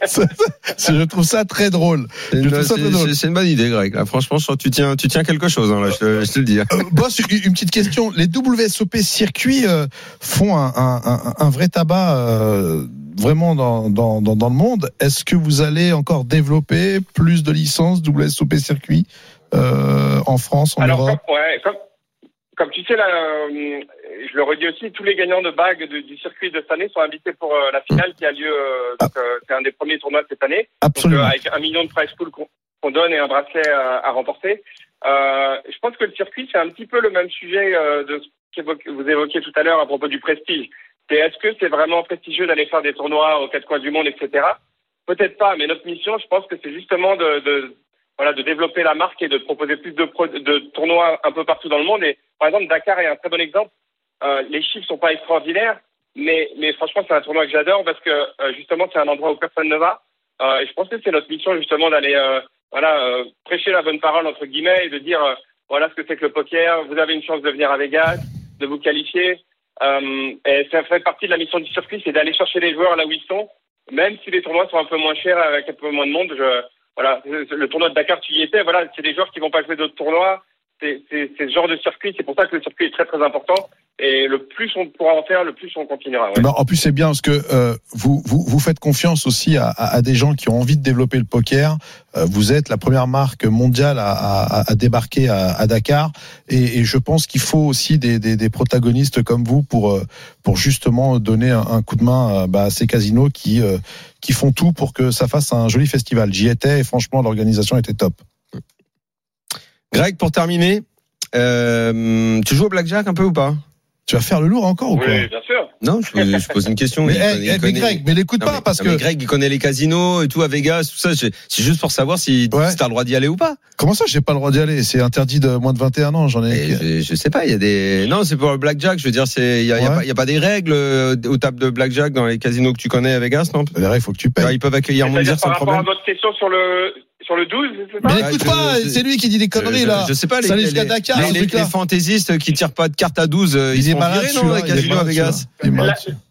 Ça- ça- je trouve ça très drôle. C'est une, trouve ça très c'est- drôle. c'est- c'est une bonne idée, Greg. Là, franchement, je sens que tu tiens, tu tiens quelque chose. hein, là, je, te- je te le dis. Euh, boss, une une petite question. Les WSOP circuits euh, font un, un- un- un vrai tabac euh, vraiment dans, dans, dans, dans le monde. Est-ce que vous allez encore développer plus de licences WSOP circuits euh, en France, en Alors, Europe comme, ouais, comme, comme tu sais, là, euh, je le redis aussi, tous les gagnants de bagues du, du circuit de cette année sont invités pour euh, la Mm. finale qui a lieu. euh, donc, Ah. euh, c'est un des premiers tournois de cette année. Donc, euh, Absolument. avec un million de prize pool qu'on qu'on donne et un bracelet à, à remporter. Euh, je pense que le circuit, c'est un petit peu le même sujet euh, de ce que vous évoquiez tout à l'heure à propos du prestige. C'est est-ce que c'est vraiment prestigieux d'aller faire des tournois aux quatre coins du monde, etc. Peut-être pas, mais notre mission, je pense que c'est justement de, de- voilà, de développer la marque et de proposer plus de, pro- de tournois un peu partout dans le monde. Et par exemple, Dakar est un très bon exemple. Euh, les chiffres sont pas extraordinaires, mais, mais franchement, c'est un tournoi que j'adore parce que euh, justement, c'est un endroit où personne ne va. Euh, et je pense que c'est notre mission justement d'aller euh, voilà euh, prêcher la bonne parole entre guillemets et de dire euh, voilà ce que c'est que le poker. Vous avez une chance de venir à Vegas, de vous qualifier. Euh, et ça fait partie de la mission du circuit, c'est d'aller chercher les joueurs là où ils sont, même si les tournois sont un peu moins chers avec un peu moins de monde. Je, voilà, le tournoi de Dakar, tu y étais. Voilà, c'est des joueurs qui vont pas jouer d'autres tournois. C'est c'est- c'est ce genre de circuit. C'est pour ça que le circuit est très très important. Et le plus on pourra en faire, le plus on continuera. ouais. Eh ben, en plus, c'est bien parce que euh, vous, vous, vous faites confiance aussi à, à- à des gens qui ont envie de développer le poker. Euh, vous êtes la première marque mondiale à, à- à débarquer à, à Dakar. Et, et je pense qu'il faut aussi des, des- des protagonistes comme vous pour, euh, pour justement donner un, un coup de main euh, bah, à ces casinos qui, euh, qui font tout pour que ça fasse un joli festival. J'y étais et franchement, l'organisation était top. Greg, pour terminer, euh, tu joues au blackjack un peu ou pas Tu vas faire le lourd encore ou quoi Oui, bien sûr. Non, je, pose- je pose une question. Mais, Il eh, connaît- il eh, mais connaît- Greg, mais l'écoute Non, pas mais- parce non, mais que. Greg, il connaît les casinos et tout à Vegas, tout ça. C'est c'est juste pour savoir si Ouais. si t'as le droit d'y aller ou pas. Comment ça, j'ai pas le droit d'y aller C'est interdit de moins de 21 ans. J'en ai. Et je, je sais pas, il y a des. Non, c'est pour le blackjack. Je veux dire, c'est il y, a- il y a Ouais. pas- il y a pas des règles euh, aux tables de blackjack dans les casinos que tu connais à Vegas, non D'ailleurs, il faut que tu payes. Là, Ils peuvent accueillir mon C'est-à-dire dire par sans rapport à problème. votre question sur le sur le 12, c'est ça Mais Ah, Bah, écoute je- pas, je- c'est lui qui dit des conneries je, là. Je sais pas les, Ça allait les- jusqu'à les- Dakar, les- ce les- truc-là. les fantaisistes qui tirent pas de carte à 12, euh, ils Il est sont malade, virés non, celui-là, les il est casinos à malade, Vegas. celui-là. Il est malade, La- celui-là.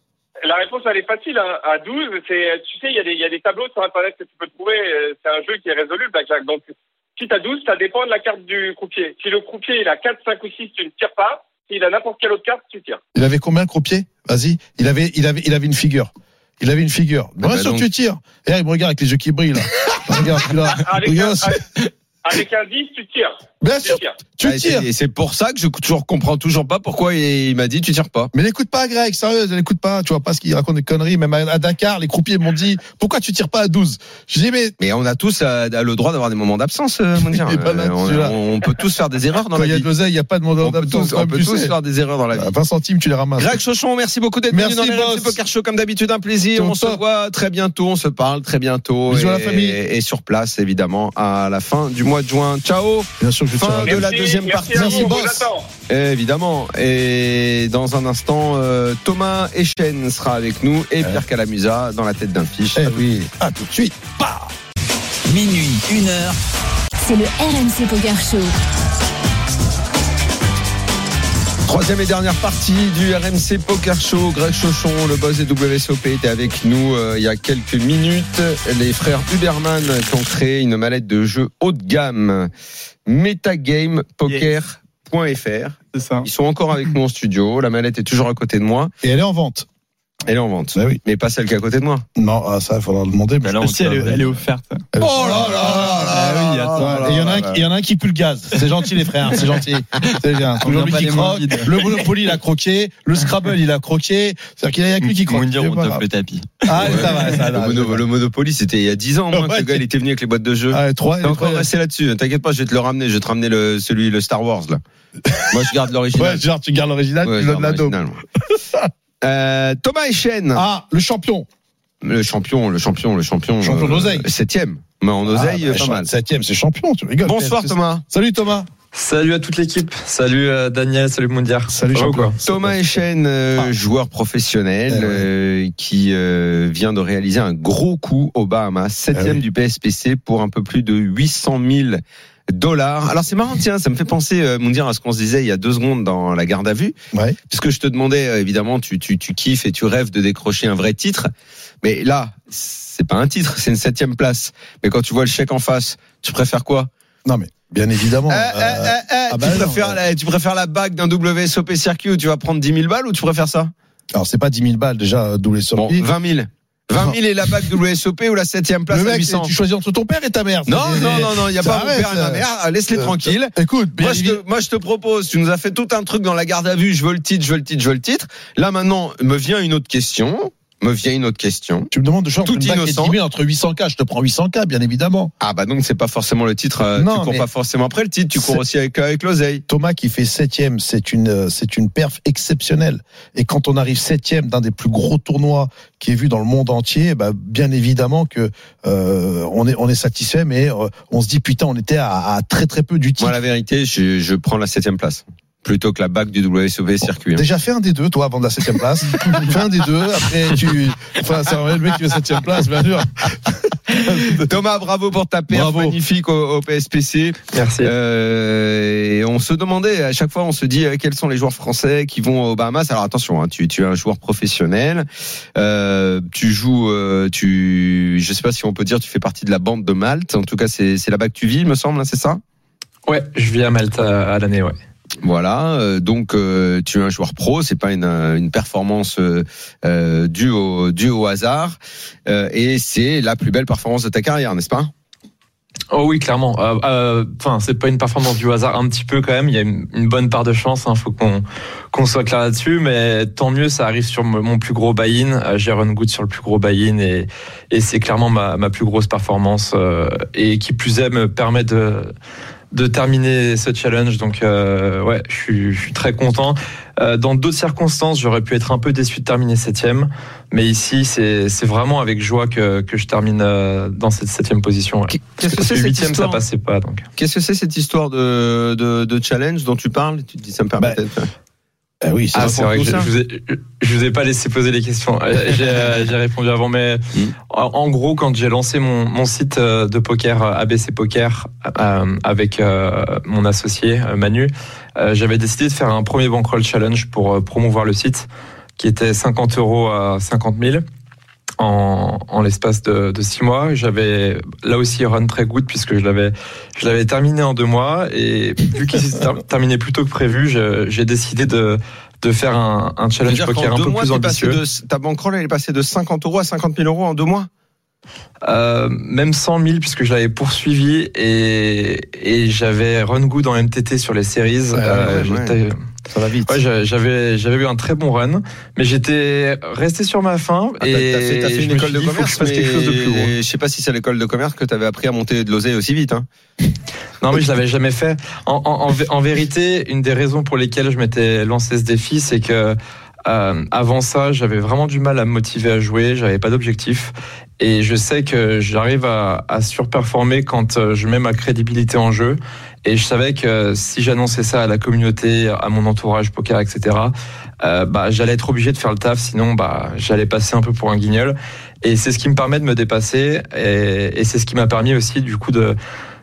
La réponse, elle est facile. hein. À 12, c'est, tu sais, il y, a des- il y a des tableaux sur Internet que tu peux trouver. euh, C'est un jeu qui est résolu, le blackjack. Donc, si t'as 12, ça dépend de la carte du croupier. Si le croupier, il a 4, 5 ou 6, tu ne tires pas. S'il a n'importe quelle autre carte, tu tires. Il avait combien le croupier Vas-y, il avait, il avait, il avait une figure. Il avait une figure. Ah Bien bah sûr que Eh, donc. Ah, tu tires. Et là, il me regarde avec les yeux qui brillent. Là. regarde celui-là. Avec, Regarde, un- celui- Avec un 10, tu tires. Bien Tu sûr, tires. tu Ah, et tires. c'est- Et c'est pour ça que je toujours comprends toujours pas pourquoi il, il m'a dit tu tires pas. Mais n'écoute pas Greg, sérieux, n'écoute pas, tu vois pas ce qu'il raconte des conneries. Même à à Dakar, les croupiers m'ont dit pourquoi tu tires pas à 12 Je dis mais Mais on a tous euh, le droit d'avoir des moments d'absence, euh, Mounir. Il est pas là, Euh, on, celui-là. on peut tous faire des erreurs dans quand la il y a vie. de l'oseille, il n'y a pas de On mandat peut d'absence. tous, on comme peut tu tous sais. faire des erreurs dans la vie. À 20 Bah, centimes, tu les ramasses. Greg Chauchon, merci beaucoup d'être Merci, venu dans les boss. RMC Poker Show. Comme d'habitude, un plaisir. Ton on se top. voit très bientôt. On se parle très bientôt. Bisous et, à la famille. Et sur place, évidemment, à la fin du mois de juin. Ciao. Bien sûr que je Fin tire. de la deuxième merci partie. à vous, on vous Boss. attend. Évidemment. Et dans un instant, euh, Thomas Echen sera avec nous et Pierre Calamusa dans la tête d'un fiche. Euh. Eh oui, à tout de suite. Minuit, une heure. C'est le RMC Poker Show. Troisième et dernière partie du RMC Poker Show. Greg Chauchon, le boss des WSOP, était avec nous euh, il y a quelques minutes. Les frères Huberman qui ont créé une mallette de jeu haut de gamme, metagamepoker.fr. C'est ça. Ils sont encore avec nous en studio. La mallette est toujours à côté de moi. Et elle est en vente. Elle est en vente. Ah oui. Mais pas celle qui est à côté de moi. Non, ah, ça, il faudra le demander. Mais Bah là, on Si, elle, est- elle est offerte. Elle- Oh là là là là là là là Et Ah il y en a là un là. qui- il y en a un qui pue le gaz. C'est gentil, les frères. C'est gentil. C'est bien. On vient Aujourd'hui, pas qui des mains croque. vides. Le Monopoly, il a croqué. Le Scrabble, il a croqué. C'est-à-dire qu'il y a que lui qui croque. Mounir, C'est on pas tape grave. le tapis. Ah, ça va, ça le, va. mono- le Monopoly, c'était il y a 10 ans, au moins, que Ouais. le gars, il était venu avec les boîtes de jeu. Ah, trois, T'es encore trois- resté là-dessus. T'inquiète pas, je vais te le ramener. Je vais te ramener le, celui, le Star Wars, là. Moi, je garde l'original. Ouais, genre, tu gardes l'original, Ouais, Ah, tu non, donnes la dope. original, moi. Euh, Thomas Echen, Ah, le champion. le champion, le champion, le champion. euh, Champion d'oseille. Septième. Mais en oseille, Ah, bah, pas mal. Septième, c'est champion, tu rigoles. Bonsoir C'est- Thomas. Salut Thomas. Salut à toute l'équipe. Salut euh, Daniel, salut Moundir. Salut Ça va ou champion. quoi Thomas Echen, euh, Ah. joueur professionnel Eh ouais. euh, qui euh, vient de réaliser un gros coup aux Bahamas, septième Eh oui. du PSPC pour un peu plus de 800 000 dollars. Alors c'est marrant, tiens, ça me fait penser, euh, Moundir, à ce qu'on se disait il y a deux secondes dans la garde à vue. Ouais. Puisque je te demandais, euh, évidemment, tu, tu, tu kiffes et tu rêves de décrocher un vrai titre. Mais là, c'est pas un titre, c'est une septième place. Mais quand tu vois le chèque en face, tu préfères quoi Non mais bien évidemment. Eh, eh, euh, eh, eh, ah bah tu, non, préfères ouais. la, tu préfères la bague d'un WSOP circuit où tu vas prendre 10 000 balles ou tu préfères ça Alors c'est pas 10 000 balles déjà euh, doublé sur Bon, 20 000. 20 000 et la bague WSOP ou la 7ème place Le à mec, 800 tu choisis entre ton père et ta mère. Non, C'est- non, non, non, il n'y a ça pas mon arrête, père et ma euh, mère, ah, laisse-les euh, tranquilles. Écoute, bien Moi je, évidemment. te, moi, je te propose, tu nous as fait tout un truc dans la garde à vue, je veux le titre, je veux le titre, je veux le titre. Là, maintenant, me vient une autre question. Me vient une autre question. Tu me demandes de choisir Tout entre une bague et innocent. 10 000 entre 800K. Je te prends 800K, bien évidemment. Ah, bah donc, c'est pas forcément le titre, euh, Non, tu cours mais- pas forcément après le titre, tu cours C'est- aussi avec, euh, avec l'oseille. Thomas qui fait septième, c'est une euh, c'est une perf exceptionnelle. Et quand on arrive septième d'un des plus gros tournois qui est vu dans le monde entier, bah, bien évidemment que euh, on est on est satisfait, mais euh, on se dit putain, on était à, à très très peu du titre. Moi, la vérité, je, je prends la 7ème place plutôt que la bague du WSOP circuit. hein. Déjà, fais un des deux, toi, avant de la septième place. fais un des deux, après, tu. Enfin, c'est le mec qui fait septième place, bien sûr. Thomas, bravo pour ta paire Bravo. magnifique au, au PSPC. Merci. Euh, et on se demandait à chaque fois, on se dit euh, quels sont les joueurs français qui vont aux Bahamas. Alors attention, hein, tu, tu es un joueur professionnel, Euh, tu joues, euh, tu, je sais pas si on peut dire, tu fais partie de la bande de Malte. En tout cas, c'est c'est là-bas que tu vis, il me semble, hein, c'est ça Ouais, je vis à Malte euh, à l'année, ouais. Voilà. euh, donc euh, tu es un joueur pro, c'est pas une, euh, une performance euh, euh, due au due au hasard, Euh, et c'est la plus belle performance de ta carrière, n'est-ce pas Oh oui, clairement. Enfin, euh, 'fin, c'est pas une performance du hasard, un petit peu quand même. Il y a une, une bonne part de chance. Il faut qu'on qu'on soit clair là-dessus. Mais tant mieux, ça arrive sur mon mon plus gros buy-in. Euh, J'ai run good sur le plus gros buy-in et, et c'est clairement ma, ma plus grosse performance euh, et qui plus est me permet de de terminer ce challenge. Donc euh, ouais, je suis, je suis très content. Euh, dans d'autres circonstances, j'aurais pu être un peu déçu de terminer septième, mais ici, c'est c'est vraiment avec joie que que je termine euh, dans cette septième position. ouais. Qu'est-ce que Parce c'est que cette huitième, ça histoire passait pas. Donc. Qu'est-ce que c'est cette histoire de, de, de challenge dont tu parles Tu te dis ça me permet. Bah, d'être- Ah oui, c'est Ah, Ah, c'est vrai que raconte ça. je, je vous ai, je vous ai pas laissé poser les questions. Euh, J'ai euh, j'ai répondu avant, mais Mm. en, en gros, quand j'ai lancé mon, mon site euh, de poker euh, ABC Poker euh, avec euh, mon associé euh, Manu, euh, j'avais décidé de faire un premier bankroll challenge pour euh, promouvoir le site, qui était 50 euros à 50 000 en, en l'espace de, de six mois. J'avais là aussi run très good puisque je l'avais je l'avais terminé en deux mois et vu qu'il s'est ter- terminé plus tôt que prévu, je- j'ai décidé de de faire un, un challenge C'est-à-dire qu'en poker un deux peu mois, plus t'es passé ambitieux. de- ta bankroll elle est passée de 50 euros à 50 000 euros en deux mois. euh, même 100 000 puisque je l'avais poursuivi et, et j'avais run good en MTT sur les séries. Ouais, Euh, Ah, ouais, ouais. j'étais- Ça va vite. Ouais, j'a- j'avais j'avais eu un très bon run, mais j'étais resté sur ma faim Ah, et t'as- t'as fait, t'as fait je une me école suis de dit, faut que commerce, je fasse quelque chose de plus gros. mais je sais pas si c'est à l'école de commerce que t'avais appris à monter de l'oseille aussi vite. Hein. Non, mais je l'avais jamais fait. En, en- en vé- en vérité, une des raisons pour lesquelles je m'étais lancé ce défi, c'est que euh, avant ça, j'avais vraiment du mal à me motiver à jouer. J'avais pas d'objectif, et je sais que j'arrive à, à surperformer quand euh, je mets ma crédibilité en jeu. Et je savais que si j'annonçais ça à la communauté, à mon entourage poker, etc., euh, bah, j'allais être obligé de faire le taf, sinon bah, j'allais passer un peu pour un guignol. Et c'est ce qui me permet de me dépasser, et, et c'est ce qui m'a permis aussi du coup de,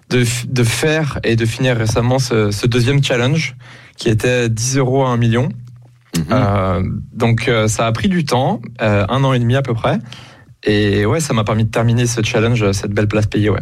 de, f- de faire et de finir récemment ce, ce deuxième challenge qui était 10 euros à 1 million. Mhm. Euh, donc euh, ça a pris du temps, euh, un an et demi à peu près. Et ouais, ça m'a permis de terminer ce challenge, euh, cette belle place payée. Ouais.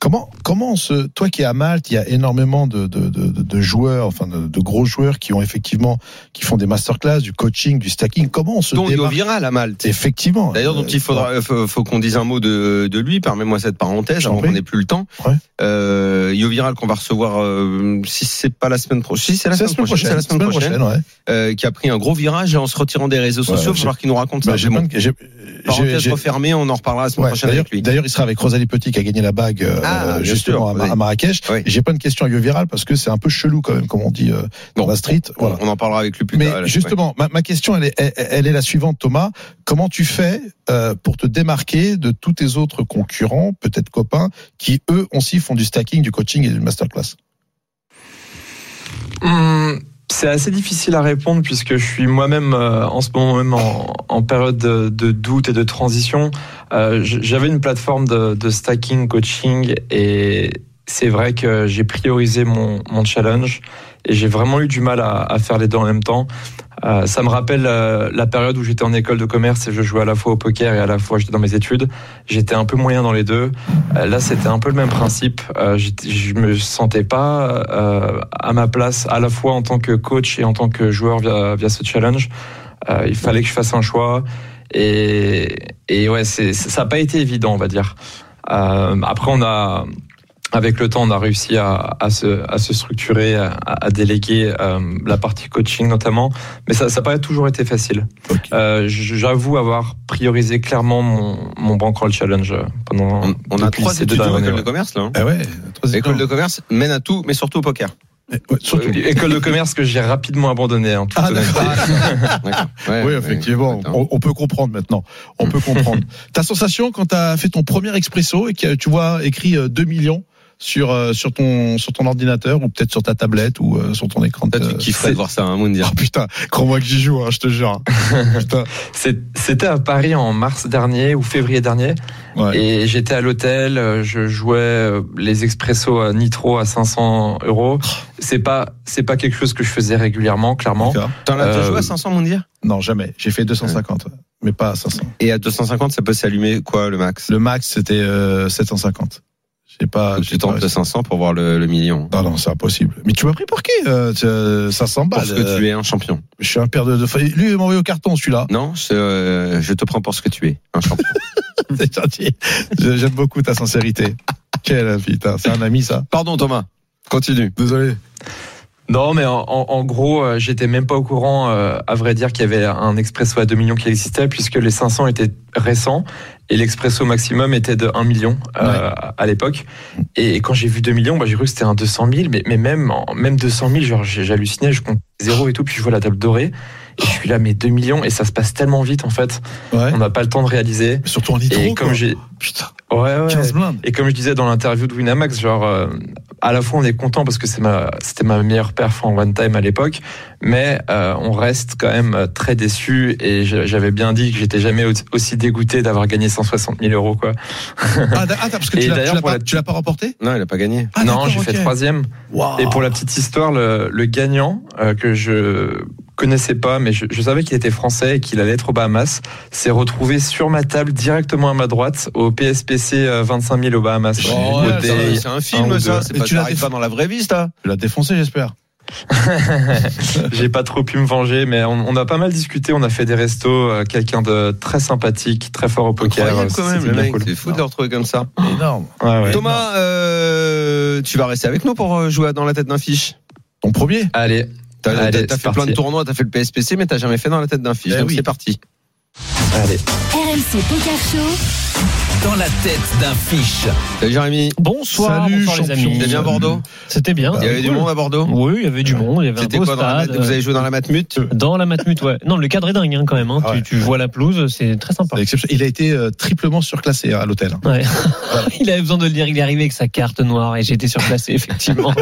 Comment, comment on se, toi qui es à Malte, il y a énormément de, de, de, de- de joueurs, enfin de, de gros joueurs qui ont effectivement, qui font des masterclass, du coaching, du stacking. Comment on se Dont démarque viral à Malte. Effectivement. D'ailleurs, dont Euh, il faudra, euh, faut, faut qu'on dise un mot de, de lui. Permets-moi cette parenthèse, J'en avant prie. qu'on n'ait plus le temps. Ouais. Euh, Yo Viral qu'on va recevoir, euh, si c'est pas la semaine prochaine, si c'est la, C'est semaine prochaine, c'est la semaine prochaine, ouais. euh, qui a pris un gros virage en se retirant des réseaux Ouais, sociaux. il va j'ai- falloir qu'il nous raconte Bah, ça. j'ai Mais pas bon, de- j'ai- j'ai- parenthèse j'ai- refermée, on en reparlera la semaine Ouais, prochaine d'ailleurs- avec lui. D'ailleurs, il sera avec Rosalie Petit qui a gagné la bague euh, Ah, bien sûr, justement à, Ma- oui. à Marrakech. Oui. J'ai pas une question à Yo Viral parce que c'est un peu chelou quand même, comme on dit euh, dans Bon. la street. Voilà. On en parlera avec lui plus Mais tard. Ouais. justement, ma, ma question, elle est, elle, elle est la suivante, Thomas. Comment tu fais euh, pour te démarquer de tous tes autres concurrents, peut-être copains, qui eux aussi font du stacking, du coaching et du masterclass Hum, c'est assez difficile à répondre puisque je suis moi-même euh, en ce moment même en, en période de, de doute et de transition. Euh, j- J'avais une plateforme de, de stacking, coaching et c'est vrai que j'ai priorisé mon, mon challenge et j'ai vraiment eu du mal à, à faire les deux en même temps. Euh, ça me rappelle euh, la période où j'étais en école de commerce et je jouais à la fois au poker et à la fois j'étais dans mes études. J'étais un peu moyen dans les deux. Euh, Là, c'était un peu le même principe. Euh, j'étais- je me sentais pas euh, à ma place, à la fois en tant que coach et en tant que joueur via, via ce challenge. Euh, il fallait que je fasse un choix. Et, et ouais, c'est- ça n'a pas été évident, on va dire. Euh, après, on a, avec le temps, on a réussi à, à se, à se structurer, à, à déléguer euh, la partie coaching notamment. Mais ça n'a pas toujours été facile. Ok. Euh, J'avoue avoir priorisé clairement mon, mon bankroll challenge pendant. On, on a depuis trois ces deux étudiants dernières à l'école années, de commerce, là. hein. Ah ouais, trois L'école de commerce mène à tout, mais surtout au poker. Eh, surtout. Euh, école de commerce que j'ai rapidement abandonnée. En toute Ah, honnêteté. D'accord. Ouais, oui, ouais, effectivement, ouais. on, on peut comprendre maintenant. On peut comprendre. Ta sensation quand tu as fait ton premier expresso et que tu vois écrit euh, 2 millions sur, euh, sur, ton, sur ton ordinateur ou peut-être sur ta tablette ou euh, sur ton écran de Toi, tu kifferais de voir ça, hein, Moundir. Oh putain, crois-moi que j'y joue, hein, je te jure. hein. putain, C'est- C'était à Paris en mars dernier ou février dernier. ouais. Et j'étais à l'hôtel, euh, je jouais euh, les expressos à Nitro à 500 euros. C'est pas, c'est pas quelque chose que je faisais régulièrement, clairement. D'accord. T'en as déjà Euh, joué à 500, Moundir Non, jamais. J'ai fait 250, mais pas 500. Et à 250, ça peut s'allumer quoi, le max Le max, c'était euh, 750. J'ai pas. Faut que j'ai Tu tentes Ah, pas- Ah le 500 pour voir le, le million. Non, non, c'est impossible. Mais tu m'as pris pour qui euh, tu- euh, 500 balles. Parce que tu es un champion. Je suis un père de. de... fa- Lui, il m'a envoyé au carton, celui-là. Non, c'est, euh, je te prends pour ce que tu es, un champion. C'est gentil. Je- J'aime beaucoup ta sincérité. Quel putain, c'est un ami, ça. Pardon, Thomas. Continue. Désolé. Non, mais en, en- en gros, euh, j'étais même pas au courant, euh, à vrai dire, qu'il y avait un expresso à 2 millions qui existait, puisque les 500 étaient récents et l'expresso maximum était de 1 million euh, à l'époque. Et quand j'ai vu 2 millions, bah, j'ai cru que c'était un 200 000, mais, mais même, en- même 200 000, genre, j'ai- j'hallucinais, je compte zéro et tout, puis je vois la table dorée. Et je suis là, mais 2 millions, et ça se passe tellement vite, en fait. Ouais. On n'a pas le temps de réaliser. Mais surtout en nitro. Et comme quoi. j'ai. Putain, Ouais, ouais. 15 blindes. Et comme je disais dans l'interview de Winamax, genre, euh, à la fois on est content parce que c'est ma, c'était ma meilleure perf en one time à l'époque, mais euh, on reste quand même euh, très déçu. Et je- j'avais bien dit que j'étais jamais au- aussi dégoûté d'avoir gagné 160 000 euros, quoi. Ah, d'a- ah, parce que Et tu l'as- tu d'ailleurs, l'as pour pas, la- tu l'as pas remporté Non, il a pas gagné. Ah, non, d'accord, j'ai ok. Ah. fait troisième. Waouh. Et pour la petite histoire, le, le gagnant euh, que je connaissais pas, mais je, je savais qu'il était français et qu'il allait être aux Bahamas, s'est retrouvé sur ma table directement à ma droite au PSPC euh, 25 000 aux Bahamas. Oh, ouais, Beauté, ça va, un un ou deux. C'est Et tu pas, tu l'as n'arrives fait- pas dans la vraie vie, ça. Tu l'as défoncé, j'espère. J'ai pas trop pu me venger, mais on, on a pas mal discuté. On a fait des restos. euh, Quelqu'un de très sympathique, très fort au poker. Incroyable euh, quand même, c'était le bien mec. cool. C'est fou de le retrouver comme ça. Énorme. Ouais, ouais. Thomas, euh, tu vas rester avec nous pour euh, jouer à dans la tête d'un fiche. Ton premier Allez, T'as t'as- Allez, t'as c'est fait parti. plein de tournois, t'as fait le PSPC, mais t'as jamais fait dans la tête d'un fiche. Eh donc oui. c'est parti. allez. RMC Poker Show, Dans la tête d'un fiche. Salut Jérémy. Bonsoir, Salut, bonsoir les champion. amis. T'es bien à Bordeaux C'était bien. Il y avait du Cool. monde à Bordeaux Oui, il y avait du monde. Il y avait un C'était beau quoi dans la stade. mat- Vous avez joué dans la matmut euh, dans la matmut, ouais. Non, le cadre est dingue hein, quand même. hein. Ah ouais. tu, tu vois la pelouse, c'est très sympa. C'est exceptionnel. Il a été euh, triplement hein, surclassé à l'hôtel. Ouais. il avait besoin de le dire. Il est arrivé avec sa carte noire et j'ai été surclassé, effectivement.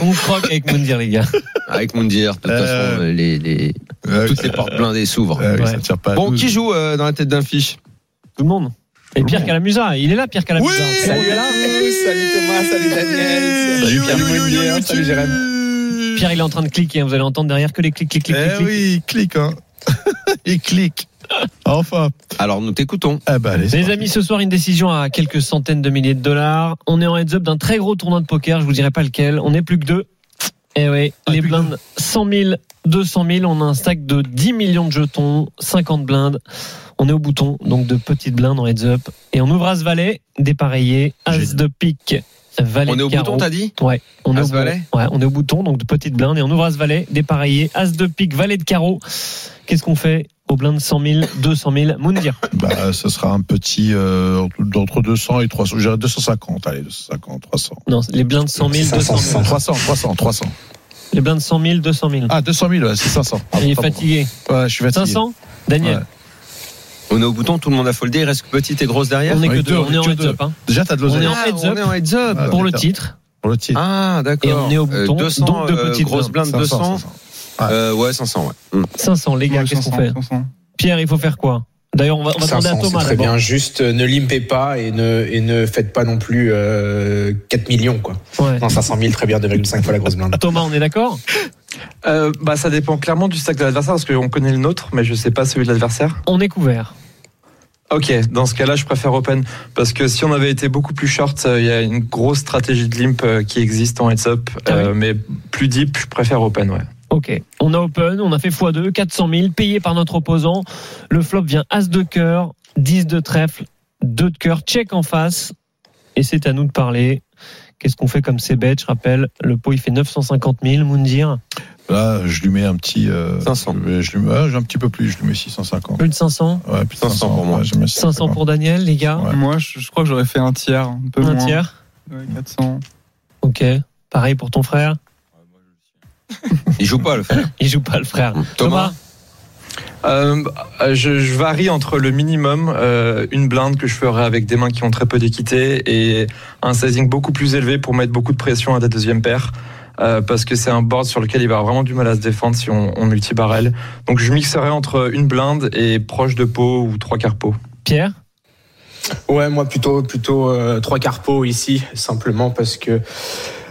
On croque avec Moundir, les gars. Avec Moundir, de toute Euh, façon, les, les- Euh, toutes les portes blindées s'ouvrent. euh, Ouais. ça tire pas à Bon, douze. qui joue euh, dans la tête d'un fiche Tout le monde. Et Pierre Calamusa, il est là, Pierre Calamusa. Salut Thomas, salut Daniel. Salut Pierre Mounier, hein. salut Jérém. Pierre, il est en train de cliquer. hein. Vous allez entendre derrière que les clics, clics, clics, clics. Eh clics. oui, il clique, hein. il clique. Enfin. Alors nous t'écoutons. Ah bah, allez, c'est Les parti. amis, ce soir, une décision à quelques centaines de milliers de dollars. On est en heads-up d'un très gros tournoi de poker, je vous dirai pas lequel. On n'est plus que deux. Eh oui, Ah, les blindes, 100 000, 200 000. On a un stack de 10 millions de jetons, 50 blindes. On est au bouton, donc de petites blindes en heads-up. Et on ouvre As-Valet, dépareillé, As de pique, Valet On est au carreau. bouton, t'as dit Ouais, on est au As-Valet bouton. Ouais, on est au bouton, donc de petites blindes. Et on ouvre As-Valet, dépareillé, As de pique, Valet de carreau. Qu'est-ce qu'on fait aux blindes 100 000, 200 000 Moundir Bah, ce sera un petit euh, d'entre 200 et 300. Je dirais 250. Allez, 250, 300. Non, les blindes 100 000, 200 000. 300, 300, 300. Les blindes 100 000, 200 000. Ah, 200 000, ouais, c'est 500. Pardon, il est pardon. fatigué. Ouais, je suis fatigué. 500 Daniel, Ouais. On est au bouton, tout le monde a foldé, il reste que petite et grosse derrière. on est que Ouais, deux, deux, on est en que heads deux. up. hein. Déjà, t'as de On est l'oseille en heads up en heads up. Ah, pour le d'accord. titre. pour le titre. Ah, d'accord. Et on est au Euh, bouton, 200, donc de euh, petites grosses blindes, 500, 200. 500. Euh, ouais, 500, ouais. Mm. 500, les gars, Ouais, qu'est-ce qu'on 500, fait 500. Pierre, il faut faire quoi D'ailleurs, on va, on va demander à Thomas. très d'abord. bien. Juste, euh, ne limpez pas et ne, et ne faites pas non plus euh, 4 millions, quoi. Ouais. Non, 500 000, très bien, 2,5 fois la grosse blinde. Thomas, on est d'accord Euh, bah, ça dépend clairement du stack de l'adversaire parce qu'on connaît le nôtre, mais je sais pas celui de l'adversaire. On est couvert. Ok, dans ce cas-là, je préfère open parce que si on avait été beaucoup plus short, euh, il y a une grosse stratégie de limp euh, qui existe en heads up, Ah oui. euh, mais plus deep, je préfère open. Ouais. Ok. On a open, on a fait x2, 400 000, payé par notre opposant. Le flop vient As de cœur, 10 de trèfle, 2 de cœur, check en face. Et c'est à nous de parler. Qu'est-ce qu'on fait comme c'est bête Je rappelle, le pot il fait 950 000, Moundir. Là, je lui mets un petit. euh, 500. Je lui mets, je lui mets- ah, j'ai un petit peu plus, je lui mets 650. Plus de 500 Ouais, plus de 500 pour moi. ouais, je mets 500 pour Daniel, les gars. Ouais. Moi, je, je crois que j'aurais fait un tiers, un peu Un moins. tiers. Ouais, 400. Ok. Pareil pour ton frère. Il joue pas, le frère. Il joue pas le frère. Thomas, Euh, je, je varie entre le minimum, euh, une blinde que je ferai avec des mains qui ont très peu d'équité, et un sizing beaucoup plus élevé pour mettre beaucoup de pression à la deuxième paire, euh, parce que c'est un board sur lequel il va avoir vraiment du mal à se défendre si on, on multibarrel. Donc je mixerai entre une blinde et proche de pot ou trois quarts pot. Pierre, Ouais, moi plutôt plutôt euh, trois quarts pot ici, simplement parce que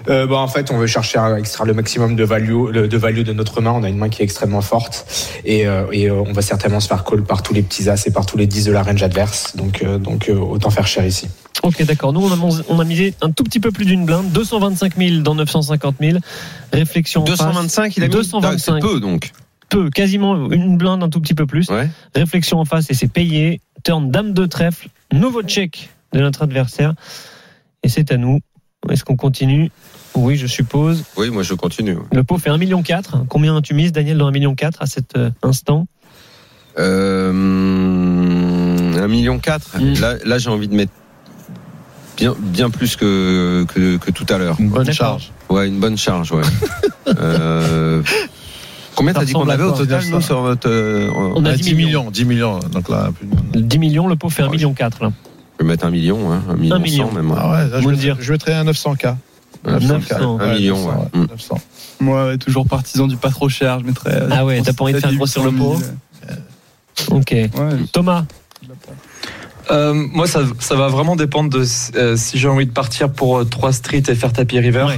euh, bah, en fait on veut chercher à extraire le maximum de value le- de value de notre main. On a une main qui est extrêmement forte et, euh, et euh, on va certainement se faire call par tous les petits as et par tous les 10 de la range adverse. Donc euh, donc euh, autant faire cher ici. Ok, d'accord. Nous, on a, mon- on a misé un tout petit peu plus d'une blinde, 225 000 dans 950 000. Réflexion en face. 225, il a mis 225. C'est peu, donc. peu, quasiment une blinde, un tout petit peu plus. Ouais. Réflexion en face et c'est payé. Turn dame de trèfle, nouveau check de notre adversaire. Et c'est à nous. Est-ce qu'on continue Oui, je suppose. Oui, moi, je continue. ouais. Le pot fait 1,4 million. Combien tu mises, Daniel, dans 1,4 million à cet euh, instant Euh, 1,4 million. Mm. Là, là j'ai envie de mettre bien, bien plus que, que, que tout à l'heure. Une bonne D'accord. charge. Ouais, une bonne charge, ouais. Euh, Combien Ça t'as dit qu'on ressemble à avait au quoi, total, bien nous, ça sur notre. euh, On a Ouais, 10 10 millions. 10 millions. Donc là, un peu- 10 millions, le pot fait 1,4 million. Là. Je vais mettre un million, hein, un million, million. cent, même. hein. Ah ouais, là, je, Vous me mettrais- dire. je mettrais un 900K. 900. Un million, ouais. Mm. 900. Moi, ouais, toujours partisan du pas trop cher, je mettrais. euh, Ah ouais, t'as pas envie de faire 800 grossir le 000. pot Ok. Ouais, Thomas, Euh, moi, ça, ça va vraiment dépendre de euh, si j'ai envie de partir pour euh, trois streets et faire tapis river. Ouais.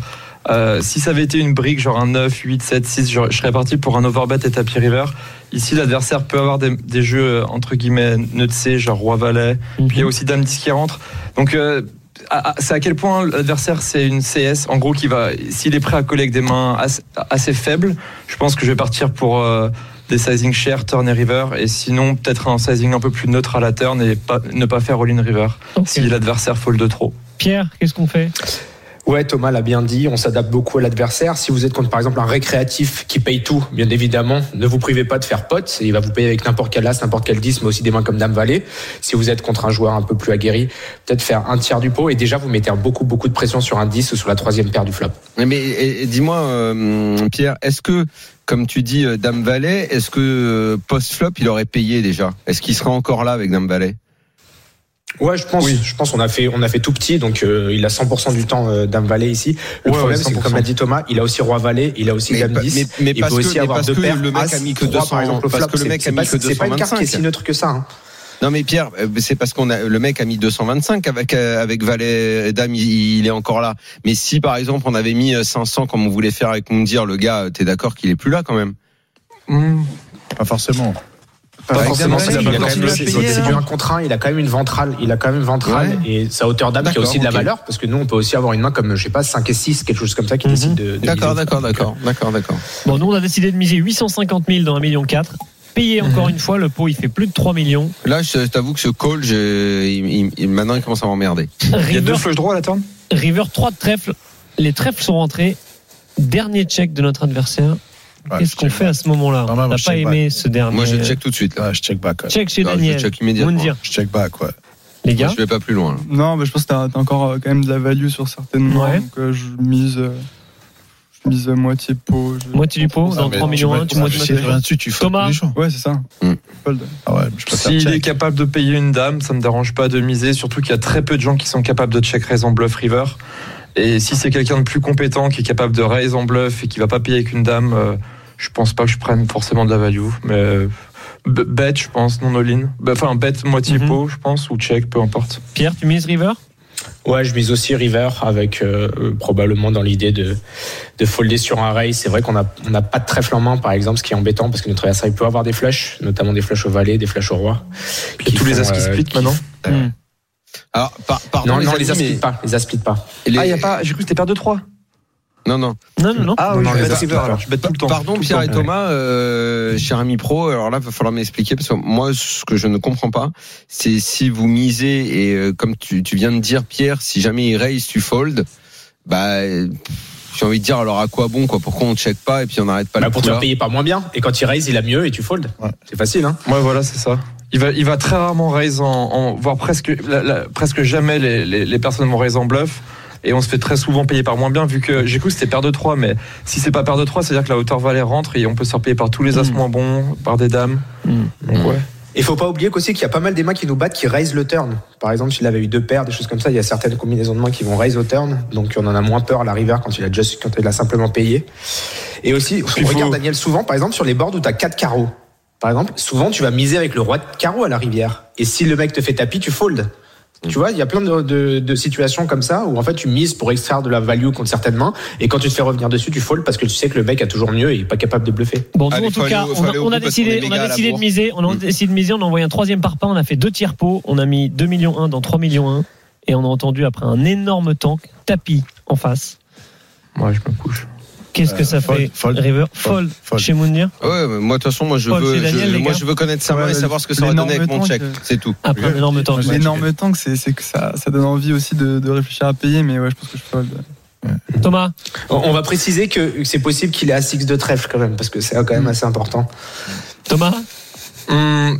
Euh, si ça avait été une brique, genre un 9, 8, 7, 6, je, je serais parti pour un overbet et tapis river. Ici, l'adversaire peut avoir des, des jeux euh, entre guillemets nutsés, genre roi valet. Puis il y a aussi dame 10 qui rentre. Donc, euh, c'est à quel point l'adversaire c'est une CS en gros qui va s'il est prêt à coller avec des mains assez, assez faibles je pense que je vais partir pour euh, des sizing share turn et river et sinon peut-être un sizing un peu plus neutre à la turn et pas, ne pas faire all in river Ok. si l'adversaire fold de trop Pierre, qu'est-ce qu'on fait Ouais, Thomas l'a bien dit, on s'adapte beaucoup à l'adversaire. Si vous êtes contre, par exemple, un récréatif qui paye tout, bien évidemment, ne vous privez pas de faire pote. Il va vous payer avec n'importe quel as, n'importe quel 10, mais aussi des mains comme Dame Valet. Si vous êtes contre un joueur un peu plus aguerri, peut-être faire un tiers du pot et déjà vous mettez beaucoup, beaucoup de pression sur un 10 ou sur la troisième paire du flop. Mais, mais, et- et dis-moi, euh, Pierre, est-ce que, comme tu dis, euh, Dame Valet, est-ce que euh, post-flop, il aurait payé déjà Est-ce qu'il serait encore là avec Dame Valet Ouais, je pense. Je pense on a fait on a fait tout petit, donc euh, il a 100% du temps euh, Dame Valet ici. Le Ouais, problème, ouais, c'est que, comme 100%. l'a dit Thomas, il a aussi Roi Valet, il a aussi Mais Dame pas- 10. mais- mais il parce peut aussi que- mais avoir parce deux que paires. le mec a As, mis que Roi, 200, par exemple, au parce flop, que le c'est- mec a c'est mis pas- que C'est pas une carte qui est 225. si neutre que ça. hein. Non mais Pierre, euh, c'est parce qu'on a le mec a mis 225 avec euh, avec Valet et Dame, il, il est encore là. Mais si par exemple on avait mis euh, 500 comme on voulait faire avec Moundir, le gars, euh, t'es d'accord qu'il est plus là quand même Pas forcément. Pas Avec forcément, Dame c'est Valet, du- Bah, il a quand quand même- même c'est le payé, c'est là. du 1 contre 1, il a quand même une ventrale, il a quand même une ventrale, Ouais. et sa hauteur d'âme qui a D'accord, aussi de la ok. valeur, parce que nous on peut aussi avoir une main comme, je sais pas, 5 et 6, quelque chose comme ça qui décide de. de Mhm. D'accord, miser. d'accord, d'accord, d'accord, d'accord. Bon, nous, on a décidé de miser 850 000 dans 1,4 million. Payé encore Mhm. une fois, le pot, il fait plus de 3 millions. Là, je t'avoue que ce call, je, il- il- il- maintenant il commence à m'emmerder. il y a deux River, flush droits à la turn River 3 de trèfle. Les trèfles sont rentrés. Dernier check de notre adversaire. Ouais, Qu'est-ce qu'on fait à ce moment-là Non, On moi, n'a je pas check aimé ce dernier. Moi, je check tout de suite là. ah, Ouais, je check back. ouais. Check chez Non, je Daniel. check immédiatement. Moundir. Je check back, ouais. Les Moi, gars, je vais pas plus loin. là. Non, mais je pense que t'as t'as encore euh, quand même de la value sur certaines mains. Ouais. Donc euh, je mise, euh, je mise à moitié pot. je- moitié du pot, dans mais 3 millions tu 1, mets- tu moitié si rien dessus, tu fais Thomas. tous les jours. Ouais, c'est ça. Hmm. Fold. Ah ouais, je préfère S'il est check. capable de payer une dame, ça ne me dérange pas de miser, surtout qu'il y a très peu de gens qui sont capables de check raise en bluff river. Et si c'est quelqu'un de plus compétent qui est capable de raise en bluff et qui va pas payer avec une dame, euh, je pense pas que je prenne forcément de la value. Mais euh, b- bet, je pense, non all-in. Bah, Enfin, bet moitié Mhm. pot, je pense, ou check, peu importe. Pierre, tu mises River Ouais, je mise aussi River avec euh, euh, probablement dans l'idée de, de folder sur un rail. C'est vrai qu'on n'a on n'a pas de trèfle en main, par exemple, ce qui est embêtant parce que notre adversaire il peut avoir des flashs, notamment des flashs au valet, des flashs au roi. Et tous les as qui split maintenant. Alors, Ah, par- pardon Non, non, amis, les as split mais pas. Les as split pas. les- Ah, y a pas, j'ai cru que c'était paire de 3. Non, non. Non, non, non. Ah Non, oui, non, je les as bet river split pas. alors, je bet tout le temps. Pardon tout le Pierre temps. et Thomas, euh, cher ami pro, alors là, il va falloir m'expliquer parce que moi, ce que je ne comprends pas, c'est si vous misez et euh, comme tu, tu viens de dire Pierre, si jamais il raise, tu fold, bah, euh, j'ai envie de dire alors à quoi bon quoi Pourquoi on ne check pas et puis on n'arrête pas Bah, le pour coup te là faire payer par moins bien. Et quand il raise, il a mieux et tu fold. Ouais. C'est facile, hein. Ouais, voilà, c'est ça. Il va, il va très rarement raise en, en- voire presque, la- la- presque jamais les, les, les personnes vont raise en bluff. Et on se fait très souvent payer par moins bien, vu que j'ai cru que c'était paire de 3, mais si c'est pas paire de 3, c'est-à-dire que la hauteur valet rentre et on peut se faire payer par tous les as Mm. moins bons, par des dames. Mm. Donc, ouais. Et faut pas oublier qu'aussi qu'il y a pas mal des mains qui nous battent qui raise le turn. Par exemple, s'il avait eu deux paires, des choses comme ça, il y a certaines combinaisons de mains qui vont raise au turn. Donc on en a moins peur à la river quand il a juste quand il a simplement payé. Et aussi, on Il faut- regarde Daniel souvent, par exemple, sur les boards où tu as quatre carreaux. Par exemple, souvent tu vas miser avec le roi de carreau à la rivière. Et si le mec te fait tapis, tu fold. Tu vois, il y a plein de, de- de situations comme ça où en fait tu mises pour extraire de la value contre certaines mains et quand tu te fais revenir dessus, tu fold parce que tu sais que le mec a toujours mieux et il est pas capable de bluffer. Bon, nous, Allez, en tout faut cas, aller au- faut on a, aller au on a bout parce qu'on décidé, est on a légal à décidé de la miser, on a Mm. décidé de miser, on a envoyé un troisième par pain, on a fait deux tiers pots, on a mis 2 millions 1 dans 3 millions 1, et on a entendu après un énorme tank, tapis en face. Ouais, je me couche. Qu'est-ce que Euh, ça fold, fait fold, River fold, fold, fold. chez Mounir Ouais, mais moi de toute façon, moi je Paul, veux, c'est Daniel, je, les moi gars. je veux connaître sa main Ouais, et le- savoir ce que ça aurait l'énorme donné avec mon temps check, que- c'est tout. après un énorme tank. L'énorme tank, c'est c'est que ça, ça donne envie aussi de, de réfléchir à payer, mais ouais, je pense que je fold. Thomas, On- On va préciser que c'est possible qu'il ait à 6 de trèfle quand même, parce que c'est quand même assez important. Thomas, Hum,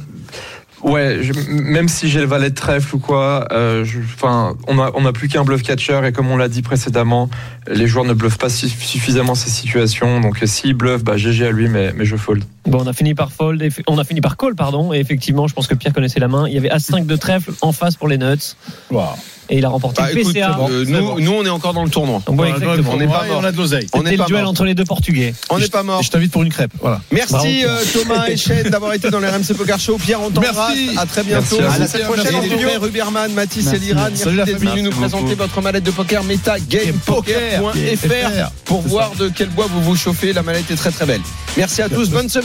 ouais, je- même si j'ai le valet de trèfle ou quoi, euh, je- enfin, on a on a plus qu'un bluff catcher et comme on l'a dit précédemment, les joueurs ne bluffent pas su- suffisamment ces situations. Donc euh, s'il bluffe, bah GG à lui, mais, mais je fold. Bon, on a fini par fold, et- on a fini par call, pardon, et effectivement, je pense que Pierre connaissait la main. Il y avait As5 de trèfle en face pour les nuts, Waouh. et il a remporté Bah, le écoute, PCA. euh, nous, nous, on est encore dans le tournoi. Donc, bon, exactement. on est pas Et mort. On a de l'oseille. On C'était n'est le pas duel mort. entre les deux Portugais. On n'est pas mort. Je t'invite pour une crêpe, voilà. Merci euh, Thomas et Shane d'avoir été dans le RMC Poker Show. Pierre, on t'embrasse. Merci. À très bientôt. Merci à à la vous. semaine prochaine. Merci, en Olivier. studio. Ruberman, Mathis et Merci. Liran. Salut, Merci la d'être famille. venus nous Merci présenter votre mallette de poker Meta Game Poker.fr Poker.fr. pour C'est voir de quel bois vous vous chauffez. La mallette est très très belle. Merci à tous. Bonne semaine.